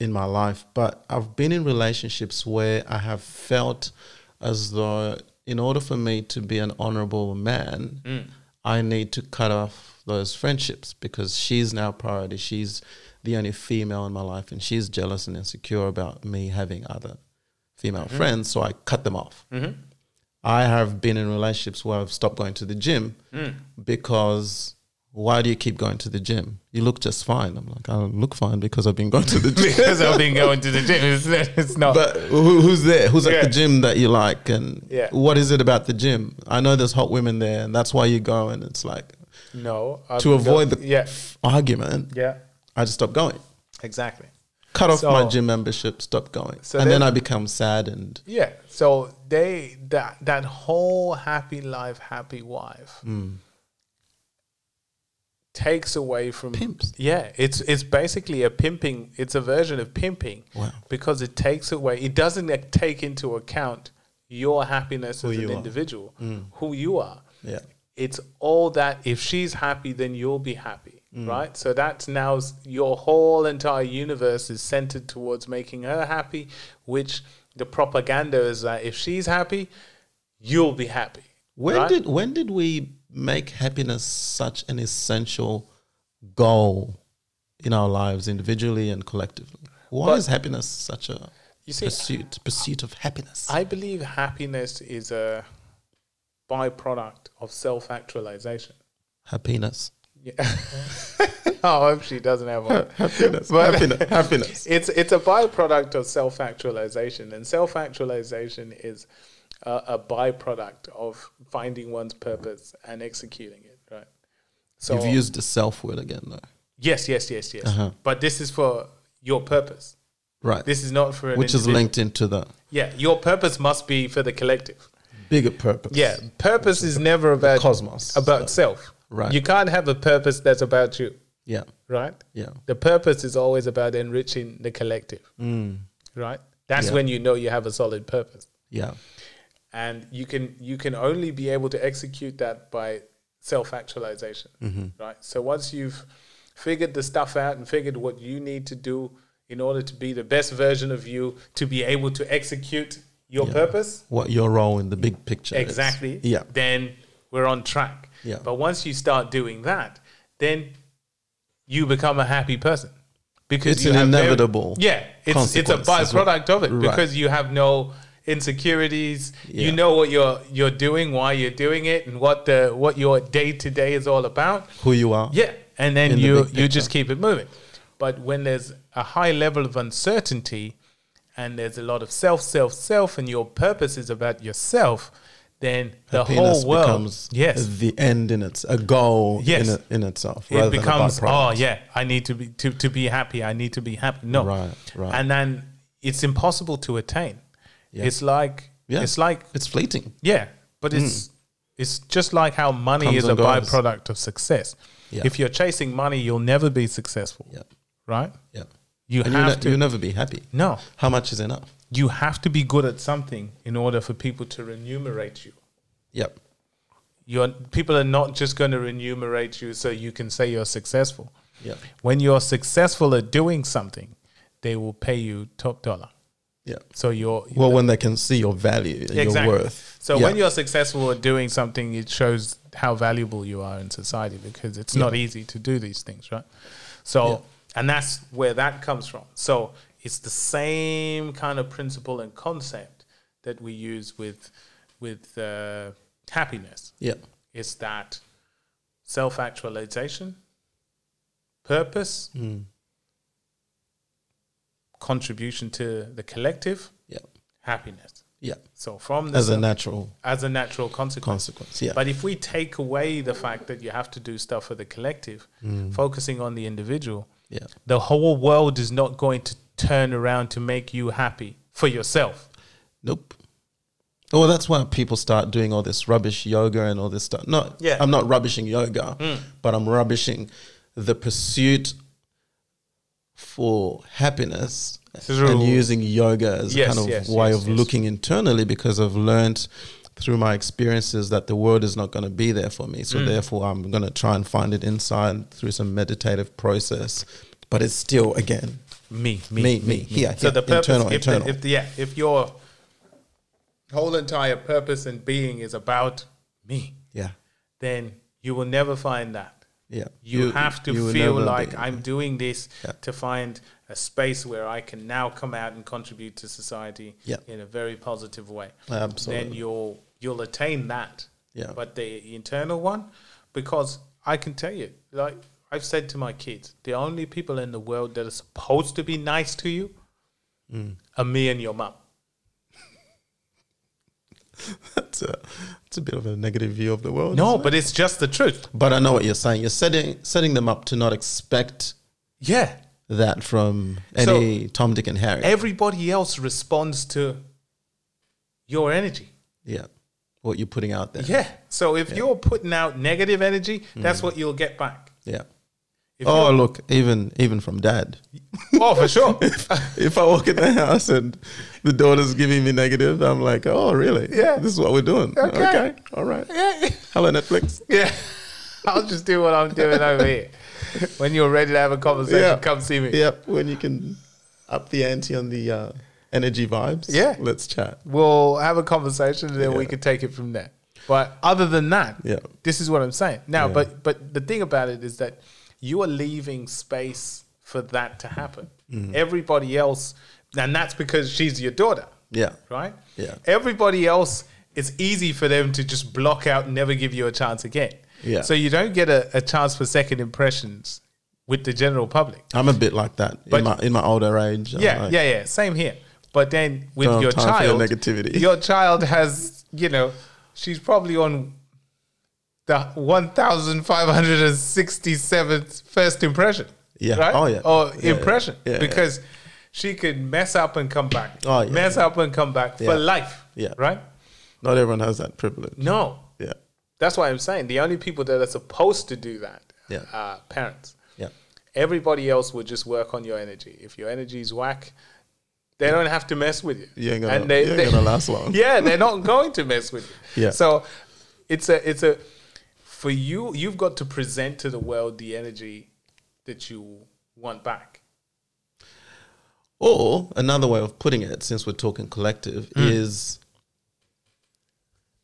B: in my life, but I've been in relationships where I have felt as though in order for me to be an honorable man,
A: Mm.
B: I need to cut off those friendships because she's now priority. She's the only female in my life and she's jealous and insecure about me having other female
A: Mm-hmm.
B: friends, so I cut them off. I have been in relationships where I've stopped going to the gym
A: Mm.
B: because why do you keep going to the gym? You look just fine. I'm like, I look fine because I've been going to the gym.
A: Because I've been going to the gym. It's, it's not
B: But who, who's there? Who's at
A: Yeah.
B: the gym that you like? And
A: Yeah.
B: what is it about the gym? I know there's hot women there, and that's why you go. And it's like
A: no I've
B: to
A: been
B: avoid
A: go-
B: the
A: yeah
B: argument.
A: yeah
B: I just stopped going.
A: exactly
B: Cut off my
A: So-
B: gym membership. Stopped going.
A: So
B: and then,
A: then-
B: I become sad and
A: Yeah. So they that
B: Hmm.
A: that whole happy life, happy wife takes away from
B: Pimps.
A: Yeah, it's it's basically a pimping. It's a version of pimping
B: Wow.
A: because it takes away. It doesn't like, take into account your happiness as
B: you
A: an
B: are. Hmm.
A: individual, who you are.
B: Yeah.
A: It's all that if she's happy, then you'll be happy, right? So that's now s- your whole entire universe is centered towards making her happy, which the propaganda is that if she's happy, you'll be happy.
B: When
A: right?
B: did when did we make happiness such an essential goal in our lives, individually and collectively? Why is happiness such a
A: You see,
B: pursuit pursuit of happiness?
A: I believe happiness is a byproduct of self actualization.
B: happiness.
A: Yeah. I hope she doesn't have one.
B: Happiness. happiness. Happiness.
A: It's it's a byproduct of self actualization, and self actualization is a, a byproduct of finding one's purpose and executing it. Right. So
B: You've used Uh-huh. the self word again though.
A: yes, yes, yes, yes. But this is for your purpose.
B: Right.
A: This is not for an
B: Which is
A: individual.
B: linked into the
A: Yeah, your purpose must be for the collective.
B: bigger purpose.
A: Yeah, purpose is never about
B: cosmos.
A: about self.
B: Right.
A: You can't have a purpose that's about you,
B: Yeah.
A: right?
B: Yeah.
A: The purpose is always about enriching the collective, right? That's when you know you have a solid purpose,
B: Yeah.
A: and you can you can only be able to execute that by self actualization, right? So once you've figured the stuff out and figured what you need to do in order to be the best version of you to be able to execute your purpose,
B: What your role in the big picture is.
A: exactly
B: Yeah.
A: then we're on track
B: Yeah.
A: but once you start doing that then you become a happy person because
B: It's
A: you
B: an
A: have very-
B: inevitable
A: yeah it's it's a
B: consequence as well.
A: byproduct of it
B: Right.
A: because you have no insecurities
B: Yeah.
A: you know what you're you're doing why you're doing it and what the what your day to day is all about
B: Who you are.
A: yeah, and then
B: In the
A: you
B: big
A: you just keep it moving. But when there's a high level of uncertainty and there's a lot of self, self, self, and your purpose is about yourself, then the
B: Happiness
A: whole world
B: becomes
A: yes
B: the end in its a goal
A: Yes.
B: in, it in itself.
A: it
B: rather than a
A: becomes
B: byproduct.
A: oh yeah i need to be to, to be happy i need to be happy no
B: Right, right.
A: and then it's impossible to attain it's like
B: Yeah.
A: it's like
B: it's fleeting.
A: Yeah, but it's it's just like how money
B: Comes
A: is a
B: and goes.
A: byproduct of success.
B: Yeah.
A: If you're chasing money, you'll never be successful.
B: Yeah.
A: Right?
B: Yeah.
A: You
B: and
A: have
B: you
A: to
B: will never be happy.
A: no.
B: How much is enough?
A: You have to be good at something in order for people to remunerate you.
B: Yep.
A: Your people are not just going to remunerate you so you can say you're successful.
B: Yep.
A: When you're successful at doing something, they will pay you top dollar.
B: Yeah.
A: So you're
B: Well, when they can see your value and
A: Exactly.
B: your worth.
A: So
B: Yeah.
A: when you're successful at doing something, it shows how valuable you are in society because it's not easy to do these things, right? So, and that's where that comes from. So it's the same kind of principle and concept that we use with with uh, happiness.
B: Yeah.
A: It's that self actualization, purpose,
B: Mm.
A: contribution to the collective,
B: Yeah.
A: happiness.
B: Yeah.
A: So from the
B: As a natural
A: as a natural consequence.
B: consequence. Yeah.
A: But if we take away the fact that you have to do stuff for the collective,
B: Mm.
A: focusing on the individual,
B: yeah.
A: the whole world is not going to turn around to make you happy for yourself.
B: Nope. Well, that's why people start doing all this rubbish yoga and all this stuff. No,
A: Yeah. Hmm.
B: I'm not rubbishing yoga, but I'm rubbishing the pursuit for happiness and
A: Through-
B: using yoga as
A: Yes,
B: a kind of
A: yes,
B: way
A: yes,
B: of
A: yes.
B: looking internally because I've learned through my experiences that the world is not going to be there for me.
A: Hmm.
B: So therefore, I'm going to try and find it inside through some meditative process. But it's still again
A: Me,
B: me, me, here.
A: So
B: here,
A: the purpose,
B: internal,
A: if,
B: internal.
A: The, if the, yeah, if your whole entire purpose and being is about me,
B: yeah,
A: then you will never find that.
B: yeah.
A: You, have to
B: you will
A: feel
B: never
A: like
B: be-
A: I'm doing this
B: Yeah.
A: to find a space where I can now come out and contribute to society
B: Yeah.
A: in a very positive way.
B: Absolutely.
A: Then you'll you'll attain that.
B: Yeah.
A: But the internal one, because I can tell you, like I've said to my kids, the only people in the world that are supposed to be nice to you
B: Mm.
A: are me and your mum.
B: That's a, that's a bit of a negative view of the world.
A: No,
B: isn't it?
A: but it's just the truth.
B: but I know what you're saying. You're setting setting them up to not expect
A: Yeah.
B: that from
A: So-
B: any Tom, Dick, and Harry.
A: Everybody else responds to your energy.
B: yeah, what you're putting out there.
A: Mm. Yeah. So if you're putting out negative energy, that's what you'll get back.
B: Yeah.
A: If
B: Oh, look, even even from dad.
A: you're- oh, for sure.
B: If I walk in the house and the daughter's giving me negative, I'm like, oh, really?
A: Yeah.
B: This is what we're doing.
A: Okay.
B: All right.
A: yeah.
B: Hello, Netflix.
A: yeah. I'll just do what I'm doing over here. When you're ready to have a conversation,
B: Yeah.
A: come see me.
B: Yep. When you can up the ante on the uh, energy vibes.
A: Yeah.
B: Let's chat.
A: We'll have a conversation and then we
B: Yeah.
A: could take it from there. But other than that,
B: Yeah.
A: this is what I'm saying. Now,
B: Yeah.
A: but but the thing about it is that you are leaving space for that to happen.
B: Mm-hmm.
A: Everybody else, and that's because she's your daughter.
B: Yeah.
A: right?
B: Yeah.
A: Everybody else, it's easy for them to just block out and never give you a chance again.
B: Yeah.
A: So you don't get a, a chance for second impressions with the general public.
B: I'm a bit like that
A: But-
B: in my in my older age. I'm
A: Yeah,
B: like,
A: yeah, yeah. Same here. But then with
B: Don't have
A: your
B: time for
A: child,
B: your negativity.
A: your child has, you know, she's probably on the 1,567th first impression.
B: Yeah.
A: Right?
B: Oh, yeah.
A: Or
B: Yeah, yeah.
A: impression.
B: Yeah, yeah.
A: because she could mess up and come back.
B: Oh, yeah,
A: Mess up and come back
B: Yeah.
A: for life.
B: Yeah.
A: Right?
B: Not everyone has that privilege.
A: No.
B: Yeah.
A: That's why I'm saying the only people that are supposed to do that
B: Yeah.
A: are parents.
B: Yeah.
A: Everybody else would just work on your energy. If your energy is whack, they don't have to mess with you.
B: You ain't gonna- you ain't gonna last long.
A: Yeah, they're not going to mess with you.
B: Yeah.
A: So it's a it's a for you you've got to present to the world the energy that you want back.
B: Or another way of putting it, since we're talking collective,
A: Hmm.
B: is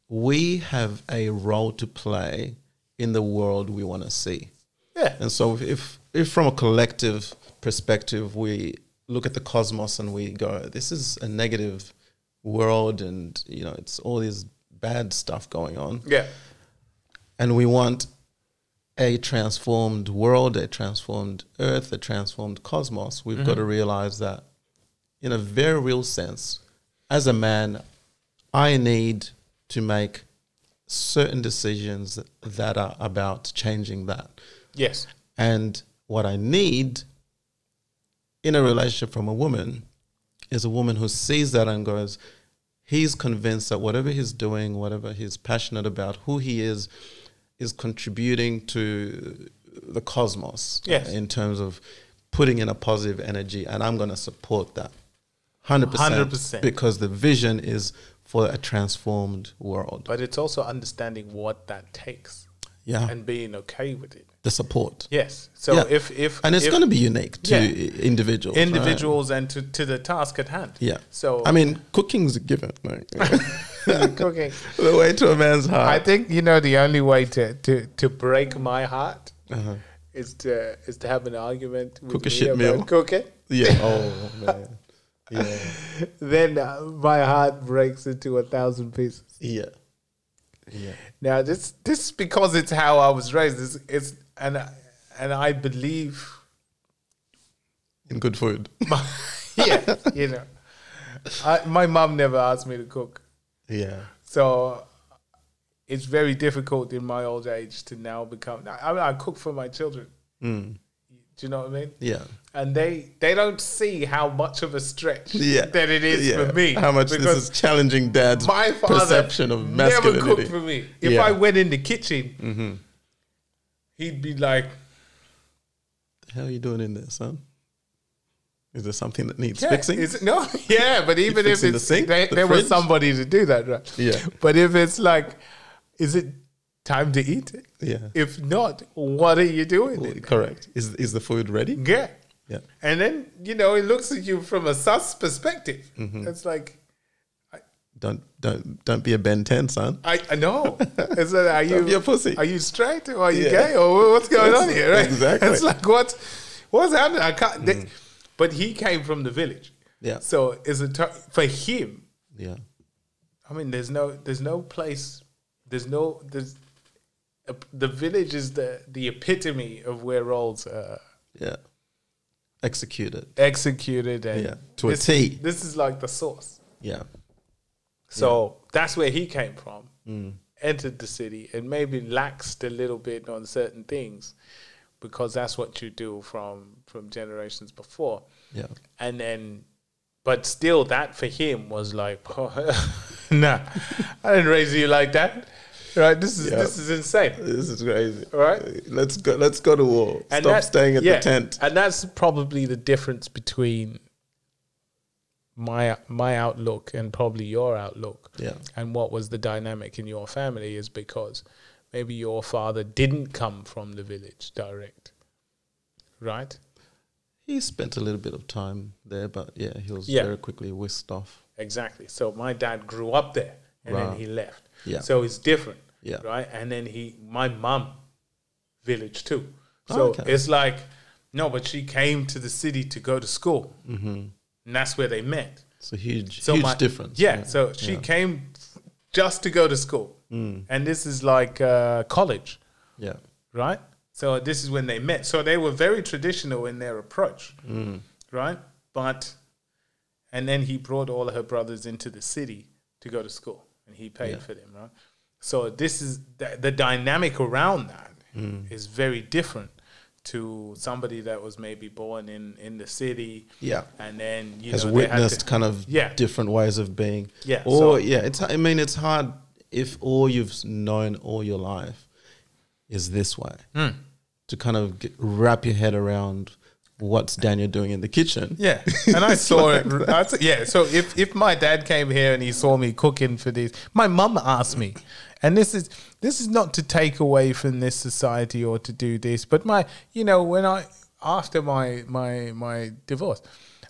B: we have a role to play in the world we want to see.
A: Yeah.
B: And so if if from a collective perspective we look at the cosmos and we go, this is a negative world and you know, it's all this bad stuff going on.
A: Yeah.
B: And we want a transformed world, a transformed earth, a transformed cosmos. We've got to realize that in a very real sense, as a man, I need to make certain decisions that are about changing that
A: Yes.
B: and what I need in a relationship from a woman is a woman who sees that and goes, he's convinced that whatever he's doing, whatever he's passionate about, who he is, is contributing to the cosmos
A: Yes.
B: in terms of putting in a positive energy. And I'm going to support that 100%,
A: 100%.
B: because the vision is for a transformed world.
A: But it's also understanding what that takes
B: yeah.
A: and being okay with it.
B: the support.
A: Yes. So
B: Yeah.
A: if if
B: and it's
A: if-
B: going to be unique to
A: Yeah.
B: i- individuals. right?
A: individuals and to, to the task at hand.
B: Yeah.
A: So
B: I mean, cooking's a given. Like,
A: cooking.
B: the way to a man's
A: I
B: heart.
A: think you know the only way to to, to break my heart is to is to have an argument with
B: Uh-huh. Cook a
A: me
B: shit
A: about
B: meal.
A: cooking.
B: yeah. Oh man. Yeah.
A: Then uh, my heart breaks into a thousand pieces.
B: Yeah. Yeah.
A: Now this this is because it's how I was raised. It's, it's and I- and I believe
B: In good food.
A: my yeah you know I, my mom never asked me to cook.
B: Yeah.
A: So it's very difficult in my old age to now become. I mean, I cook for my children.
B: Mm.
A: Do you know what I mean?
B: Yeah.
A: And they they don't see how much of a stretch
B: Yeah.
A: that it is
B: Yeah.
A: for me.
B: How much this
A: because
B: is challenging dad's
A: my father
B: perception of
A: never
B: masculinity.
A: cooked for me. If
B: Yeah. Mm-hmm.
A: I went in the kitchen, he'd be like,
B: How are you doing in there, son? Is there something that needs
A: yeah,
B: fixing?
A: is it- no, yeah. But even if
B: fixing
A: it's
B: the sink,
A: they-
B: the
A: there was
B: fridge?
A: somebody to do that, right?
B: Yeah.
A: But if it's like, is it time to eat?
B: Yeah.
A: If not, what are you doing? in
B: Correct. Is is the food ready?
A: Yeah.
B: Yeah.
A: And then, you know, it looks at you from a sus perspective.
B: Mm-hmm.
A: It's like,
B: Don't don't don't be a Ben Ten, son.
A: I, I know. It's like, are
B: Don't
A: you
B: be a pussy.
A: Are you straight or are you
B: Yeah.
A: gay or wha- what's going on here? Right?
B: Exactly. Mm.
A: It's like what what's happening? I can't. they- but he came from the village.
B: Yeah.
A: So it's a tur- for him.
B: Yeah.
A: I mean, there's no there's no place. There's no there's uh, the village is the the epitome of where roles are
B: Yeah. Execute it.
A: executed and
B: Yeah, to a
A: this-
B: T.
A: This is like the source.
B: Yeah.
A: So that's where he came from.
B: Mm.
A: Entered the city and maybe laxed a little bit on certain things because that's what you do from from generations before.
B: Yeah.
A: And then, but "Oh, still, that for him was like, nah, I didn't raise you like that. Right? This is
B: Yeah.
A: this is insane.
B: This is crazy. All
A: Right.
B: Let's go let's go to war.
A: And
B: Stop
A: that-
B: staying at
A: yeah,
B: the tent.
A: And that's probably the difference between my my outlook and probably your outlook.
B: Yeah.
A: And what was the dynamic in your family is because maybe your father didn't come from the village direct. Right?
B: He spent a little bit of time there, but yeah, he was
A: Yeah.
B: very quickly whisked off.
A: Exactly. So my dad grew up there and
B: Wow.
A: then he left.
B: Yeah.
A: So it's different.
B: Yeah.
A: Right? And then he my mum village too.
B: Oh,
A: So
B: okay.
A: it's like no, but she came to the city to go to school. Mm-hmm. And that's where they met.
B: It's a huge
A: So
B: huge
A: my-
B: difference.
A: Yeah, so she came just to go to school.
B: Mm.
A: And this is like uh, college,
B: Yeah.
A: right? So this is when they met. So they were very traditional in their approach,
B: Mm.
A: right? But, and then he brought all her brothers into the city to go to school and he paid for them, right? So this is the, the dynamic around that is
B: Mm.
A: very different to somebody that was maybe born in, in the city.
B: Yeah.
A: And then, you
B: Has
A: know, they had to-
B: witnessed kind of
A: Yeah.
B: different ways of being.
A: Yeah,
B: Or
A: so-
B: yeah, it's I mean it's hard if all you've known all your life is this way.
A: Hmm.
B: To kind of get, wrap your head around what's Daniel doing in the kitchen.
A: Yeah, and I saw it. I said- yeah, so if if my dad came here and he saw me cooking for these, my mum asked me, and this is this is not to take away from this society or to do this, but my you know when I after my my my divorce,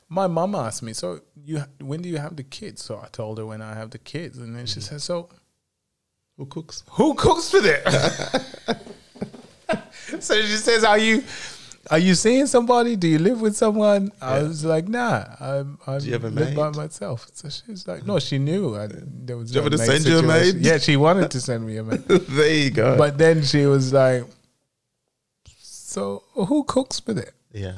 A: my mum asked me, so you when do you have the kids? So I told her when I have the kids, and then she said, so
B: Who cooks?
A: who cooks for that? so she says, "Are you, are you seeing somebody? Do you live with someone?" I was like, "Nah, I'm, I'm
B: you have a
A: live by
B: maid?
A: myself." So she's like, "No, she knew I, there was."
B: you
A: no
B: ever
A: maid
B: send you a
A: situation."
B: maid?
A: Yeah, she wanted to send me a maid,
B: there you go.
A: but then she was like, "So who cooks for that?"
B: yeah.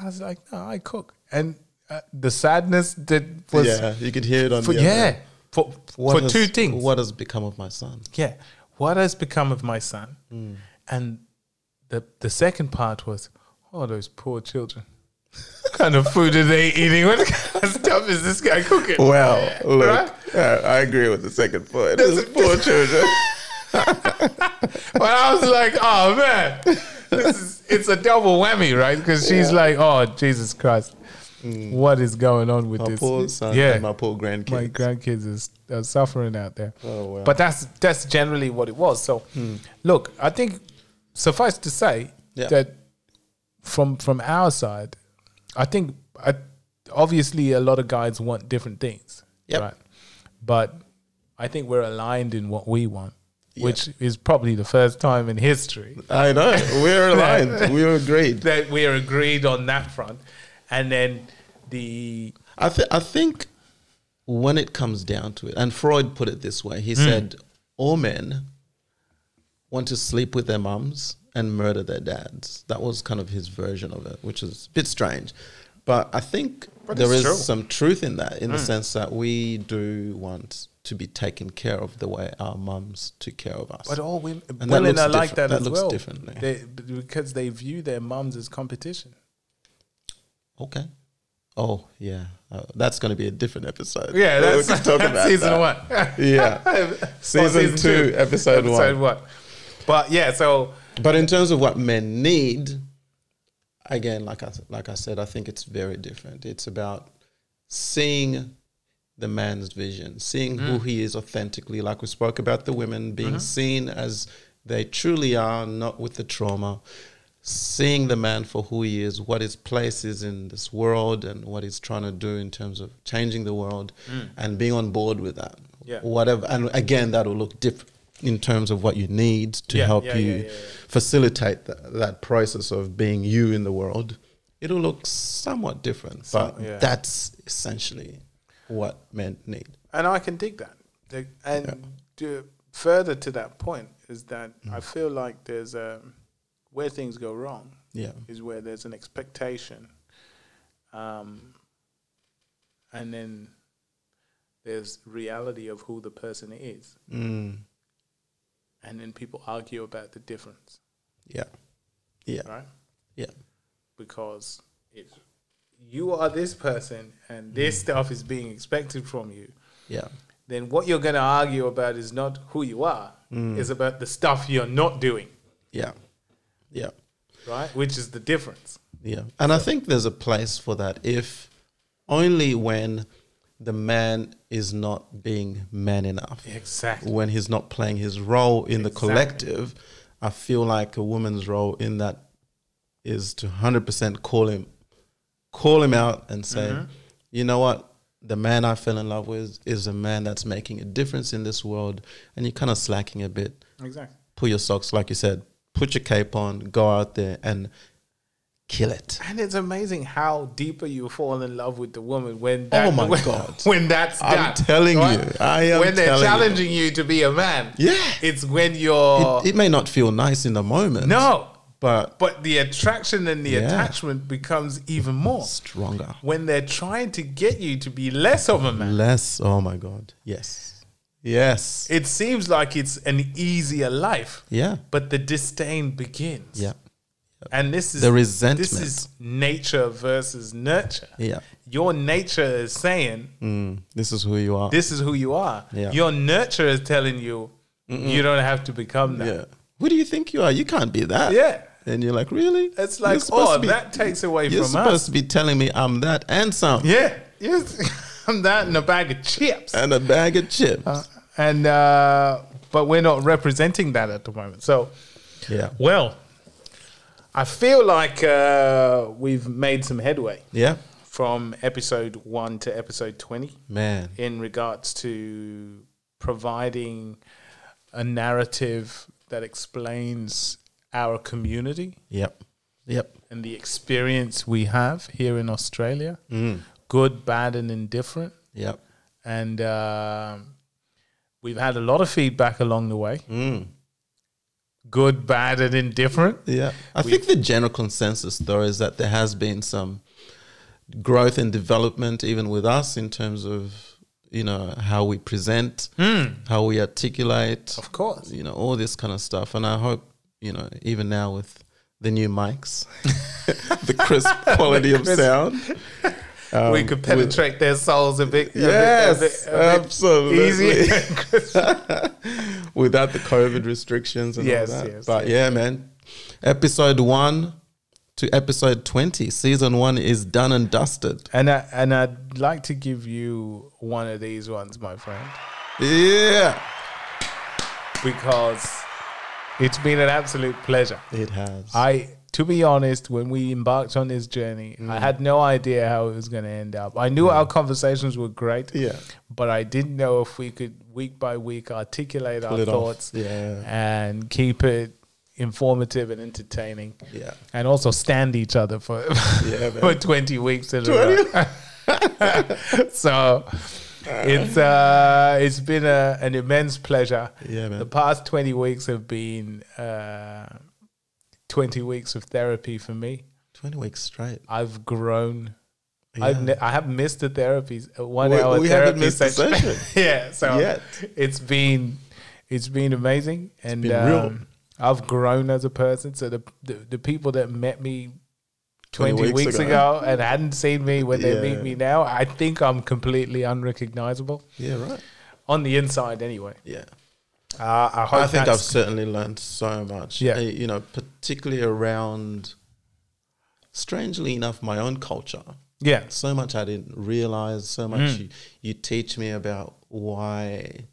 A: I was like, "No, I cook," and uh, the sadness that was,
B: yeah, you could hear it on
A: for,
B: the other-
A: yeah, for
B: What
A: for
B: has-
A: two things.
B: What has become of my son?
A: yeah, what has become of my son?
B: Mm.
A: And the the second part was, oh, those poor children. what kind of food are they eating? What kind of stuff is this guy cooking?
B: Well, look,
A: Right?
B: I agree with the second point. Those poor children.
A: But I was like, oh man, this is, it's a double whammy, right? Because she's like, oh Jesus Christ, what is going on with
B: My
A: this?
B: Mm. poor son
A: yeah,
B: and my poor grandkids.
A: my grandkids is are suffering out there.
B: Oh, wow.
A: But that's that's generally what it was. So, look, I think suffice to say
B: Yeah.
A: that from from our side, I think I, obviously a lot of guys want different things,
B: Yep.
A: But I think we're aligned in what we want,
B: Yeah.
A: which is probably the first time in history
B: I know. We're aligned. we agreed.
A: that we are agreed on that front. And then the
B: I, th- I think when it comes down to it, and Freud put it this way he
A: Hmm.
B: said, all men want to sleep with their mums and murder their dads. That was kind of his version of it, which is a bit strange. But I think there
A: it's
B: is
A: true. Hmm.
B: some truth in that, in the sense that we do want to be taken care of the way our mums took care of us.
A: But all women,
B: that
A: women
B: looks
A: are like
B: different-
A: that,
B: that
A: as
B: looks
A: well.
B: differently.
A: They, because they view their mums as competition.
B: Okay. Oh yeah, Uh, that's going to be a different episode.
A: Yeah, that's,
B: we can talk
A: that's
B: about
A: season
B: that.
A: one.
B: Yeah,
A: Or
B: Season two, episode one.
A: episode one. But yeah, so
B: but in terms of what men need, again, like I like I said, I think it's very different. It's about seeing the man's vision, seeing who
A: Mm.
B: he is authentically. Like we spoke about the women
A: Uh-huh.
B: being seen as they truly are, not with the trauma. Seeing the man for who he is, what his place is in this world, and what he's trying to do in terms of changing the world, and being on board with that.
A: Mm. Yeah.
B: Whatever, and again, that will look different in terms of what you need to
A: Yeah,
B: help
A: yeah,
B: you
A: yeah, yeah, yeah.
B: facilitate that, that process of being you in the world, it'll look somewhat different. but
A: yeah.
B: that's essentially what men need.
A: and I can dig that. The- And to- further to that point is that
B: Mm.
A: I feel like there's a where things go wrong
B: Yeah.
A: is where there's an expectation, um, and then there's reality of who the person is,
B: Mm.
A: and then people argue about the difference,
B: Yeah. Yeah.
A: right?
B: Yeah.
A: because it, you are this person and this stuff is being expected from you,
B: Yeah.
A: then what you're going to argue about is not who you are, it's about the stuff you're not doing,
B: Yeah. Yeah.
A: right? Which is the difference.
B: Yeah. And I think there's a place for that if only when the man is not being man enough.
A: Exactly.
B: When he's not playing his role in the collective, I feel like a woman's role in that is to 100% call him call him out and say, "You know what? The man I fell in love with is a man that's making a difference in this world and you're kind of slacking a bit."
A: Exactly.
B: pull your socks, like you said, put your cape on, go out there and kill it.
A: And it's amazing how deeper you fall in love with the woman when that,
B: Oh my
A: when,
B: God.
A: when that's
B: I'm
A: done,
B: telling you. I am
A: when they're
B: telling you.
A: challenging you. to be a man.
B: Yeah.
A: it's when you're
B: It, it may not feel nice in the moment.
A: no,
B: But
A: but the attraction and the
B: Yeah.
A: attachment becomes even more
B: stronger.
A: when they're trying to get you to be less of a man.
B: Less. Oh my God. Yes. Yes.
A: It seems like it's an easier life,
B: Yeah.
A: but the disdain begins.
B: Yeah.
A: and this is
B: The
A: This
B: resentment.
A: is nature versus nurture.
B: Yeah.
A: Your nature is saying
B: Mm, this is who you are.
A: this is who you are.
B: Yeah.
A: Your nurture is telling you you don't have to become that.
B: yeah. Who do you think you are? You can't be that.
A: Yeah.
B: And you're like, really?
A: It's
B: You're
A: like,
B: supposed
A: oh,
B: to be-
A: that takes away
B: You're
A: from
B: supposed
A: us.
B: to be telling me I'm that and some.
A: Yeah. Yes. I'm that and a bag of chips.
B: And a bag of chips.
A: And uh, but we're not representing that at the moment. So
B: yeah.
A: well, I feel like uh, we've made some headway
B: Yeah.
A: from episode one to episode twenty.
B: Man.
A: in regards to providing a narrative that explains our community
B: Yep. Yep.
A: and the experience we have here in Australia,
B: Mm.
A: good, bad, and indifferent.
B: Yep.
A: And um we've had a lot of feedback along the way
B: Mm.
A: good, bad, and indifferent.
B: Yeah. I think the general consensus, though, is that there has been some growth and development, even with us, in terms of, you know, how we present, how we articulate,
A: Hmm. Of course.
B: you know, all this kind of stuff. And I hope, you know, even now with the new mics, the crisp quality of sound.
A: we could penetrate their souls a bit. a bit- a
B: Um, Yes,
A: bit- a bit
B: absolutely.
A: Easier.
B: without the COVID restrictions and
A: Yes,
B: all that.
A: yes,
B: but yeah, man, episode one to episode twenty, season one is done and dusted.
A: And I and I'd like to give you one of these ones, my friend,
B: Yeah,
A: because it's been an absolute pleasure.
B: it has.
A: I to be honest, when we embarked on this journey,
B: Mm.
A: I had no idea how it was going to end up. I knew our conversations were great,
B: Yeah.
A: but I didn't know if we could week by week articulate our
B: it off.
A: thoughts
B: Yeah.
A: and keep it informative and entertaining.
B: Yeah.
A: And also stand each other for
B: Yeah, man.
A: for 20 weeks in a row. so it's uh it's been a, an immense pleasure.
B: Yeah, man.
A: The past 20 weeks have been uh 20 weeks of therapy for me.
B: Twenty weeks straight.
A: I've grown I've
B: Yeah.
A: ne- I have missed the therapy a one
B: We-
A: hour
B: we haven't
A: therapy
B: missed a
A: session.
B: session.
A: yeah, so
B: Yet.
A: it's been it's been amazing and
B: been real.
A: um, I've grown as a person. So the the, the people that met me twenty,
B: 20
A: weeks,
B: weeks
A: ago. and hadn't seen me when they
B: Yeah.
A: meet me now, I think I'm completely unrecognizable
B: yeah, right.
A: on the inside. Anyway,
B: Yeah.
A: uh, I hope
B: I think I've
A: that's-
B: certainly learned so much.
A: Yeah.
B: Uh, You know, particularly around, strangely enough, my own culture.
A: yeah
B: so much I didn't realize, so much you, you teach me about why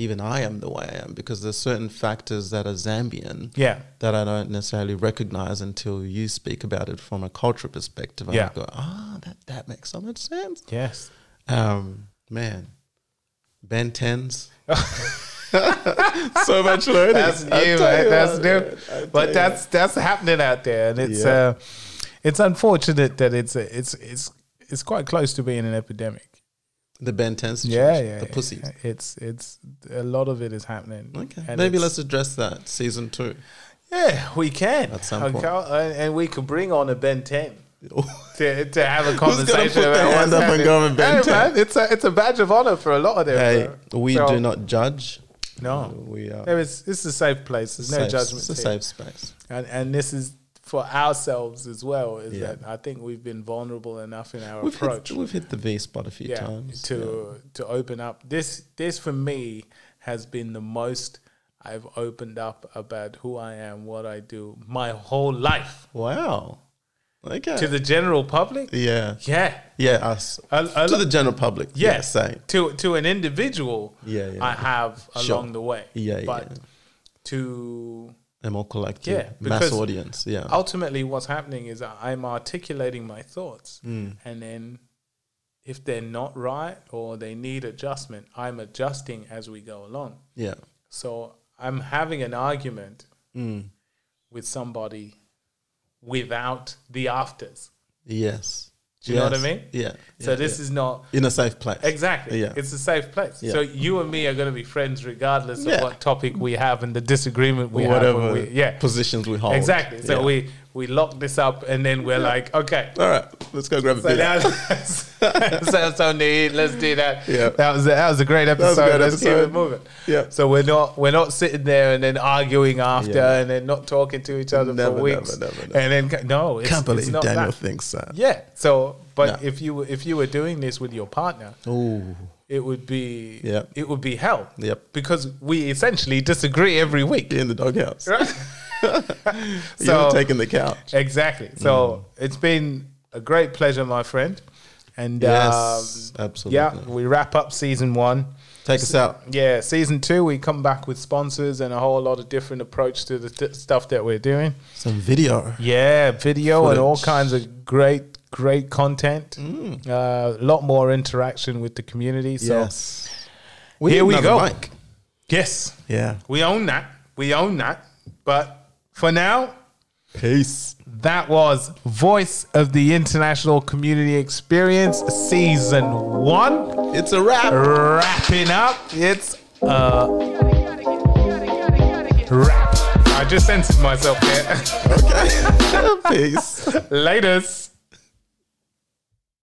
B: even I am the way I am, because there's certain factors that are Zambian
A: yeah
B: that I don't necessarily recognize until you speak about it from a cultural perspective. And
A: Yeah.
B: I go, ah, that, that makes so much sense.
A: yes.
B: Um, man, Ben 10s. so much learning.
A: That's
B: I
A: new,
B: tell
A: man.
B: you
A: That's
B: what, man, I
A: new.
B: tell
A: But
B: you
A: that's that's happening out there, and it's
B: Yeah.
A: uh, it's unfortunate that it's it's it's it's quite close to being an epidemic.
B: what. the Ben 10s.
A: Yeah,
B: situation,
A: yeah.
B: The
A: yeah.
B: pussies.
A: It's it's a lot of it is happening.
B: Okay.
A: And
B: Maybe
A: it's-
B: let's address that season two.
A: Yeah, we can.
B: At some
A: Okay,
B: point.
A: And, and we could bring on a Ben Ten. To, to have a conversation
B: put
A: about
B: their
A: what's
B: hand up and
A: happening.
B: go with Ben
A: Hey,
B: 10?
A: man, it's a it's a badge of honor for a lot of them.
B: Hey,
A: bro.
B: Uh, we
A: So,
B: do not judge.
A: No,
B: We are
A: no, it's it's a safe place. There's no
B: safe-
A: judgment.
B: It's a
A: here.
B: safe space.
A: and and this is for ourselves as well is
B: Yeah.
A: that I think we've been vulnerable enough in our
B: We've hit,
A: approach
B: we've hit the V spot a few
A: yeah,
B: times.
A: to to open up. This this for me has been the most I've opened up about who I am, what I do, my whole life
B: Wow. Okay.
A: to the general public.
B: yeah.
A: Yeah,
B: Yeah, us.
A: I- I
B: to
A: lo-
B: the general public.
A: yeah.
B: Same.
A: to to an individual,
B: Yeah, yeah.
A: I have along
B: Sure.
A: the way.
B: Yeah, yeah,
A: but
B: yeah.
A: to
B: A more collective
A: Yeah,
B: mass
A: because-
B: audience. Yeah.
A: ultimately what's happening is I'm articulating my thoughts
B: Hmm.
A: and then if they're not right or they need adjustment, I'm adjusting as we go along.
B: yeah.
A: So I'm having an argument
B: Hmm.
A: with somebody without the afters.
B: Yes.
A: Do you know what I
B: Yes.
A: mean?
B: Yeah.
A: So
B: yeah,
A: this
B: yeah.
A: is not
B: in a safe place.
A: exactly.
B: Yeah.
A: It's a safe place.
B: Yeah.
A: So you and me are going to be friends regardless
B: Yeah.
A: of what topic we have and the disagreement we have.
B: Whatever
A: when we- yeah.
B: positions we hold.
A: Exactly. So
B: Yeah.
A: we we lock this up and then we're like, okay.
B: All right. Let's go grab a
A: So
B: beer.
A: that was, sounds so neat. Let's do that.
B: Yeah.
A: That was a, that was a great
B: was
A: episode.
B: a great
A: Let's keep
B: episode.
A: it moving.
B: Yeah.
A: So we're not we're not sitting there and then arguing after
B: Yeah.
A: and then not talking to each other
B: Never,
A: for
B: never,
A: weeks.
B: never, never.
A: And then no, it's,
B: Can't believe
A: it's not
B: Daniel
A: that.
B: thinks that.
A: Yeah. So, but
B: No.
A: if you were- if you were doing this with your partner,
B: Ooh.
A: it would be
B: Oh. Yeah.
A: it would be hell.
B: Yep.
A: Because we essentially disagree every week.
B: You're in the doghouse.
A: Right?
B: You're taking the couch.
A: Exactly. So
B: Mm.
A: it's been a great pleasure, my friend. And
B: Yes,
A: um,
B: absolutely.
A: Yeah, we wrap up season one.
B: Take us out.
A: Yeah, season two, we come back with sponsors and a whole lot of different approach to the t- stuff that we're doing.
B: Some video.
A: Yeah, video and all
B: Footage. Mm.
A: kinds of great, great content. A lot more interaction with the community. So
B: yes. We
A: Here
B: need
A: we
B: another
A: go.
B: mic.
A: yes,
B: Yeah.
A: we own that. We own that. But for now,
B: Peace.
A: That was Voice of the International Community Experience Season 1.
B: It's a wrap.
A: Wrapping up, it's a
C: gotta, gotta, gotta, gotta get.
A: wrap. I just censored myself there.
B: Okay. Peace.
A: Latest.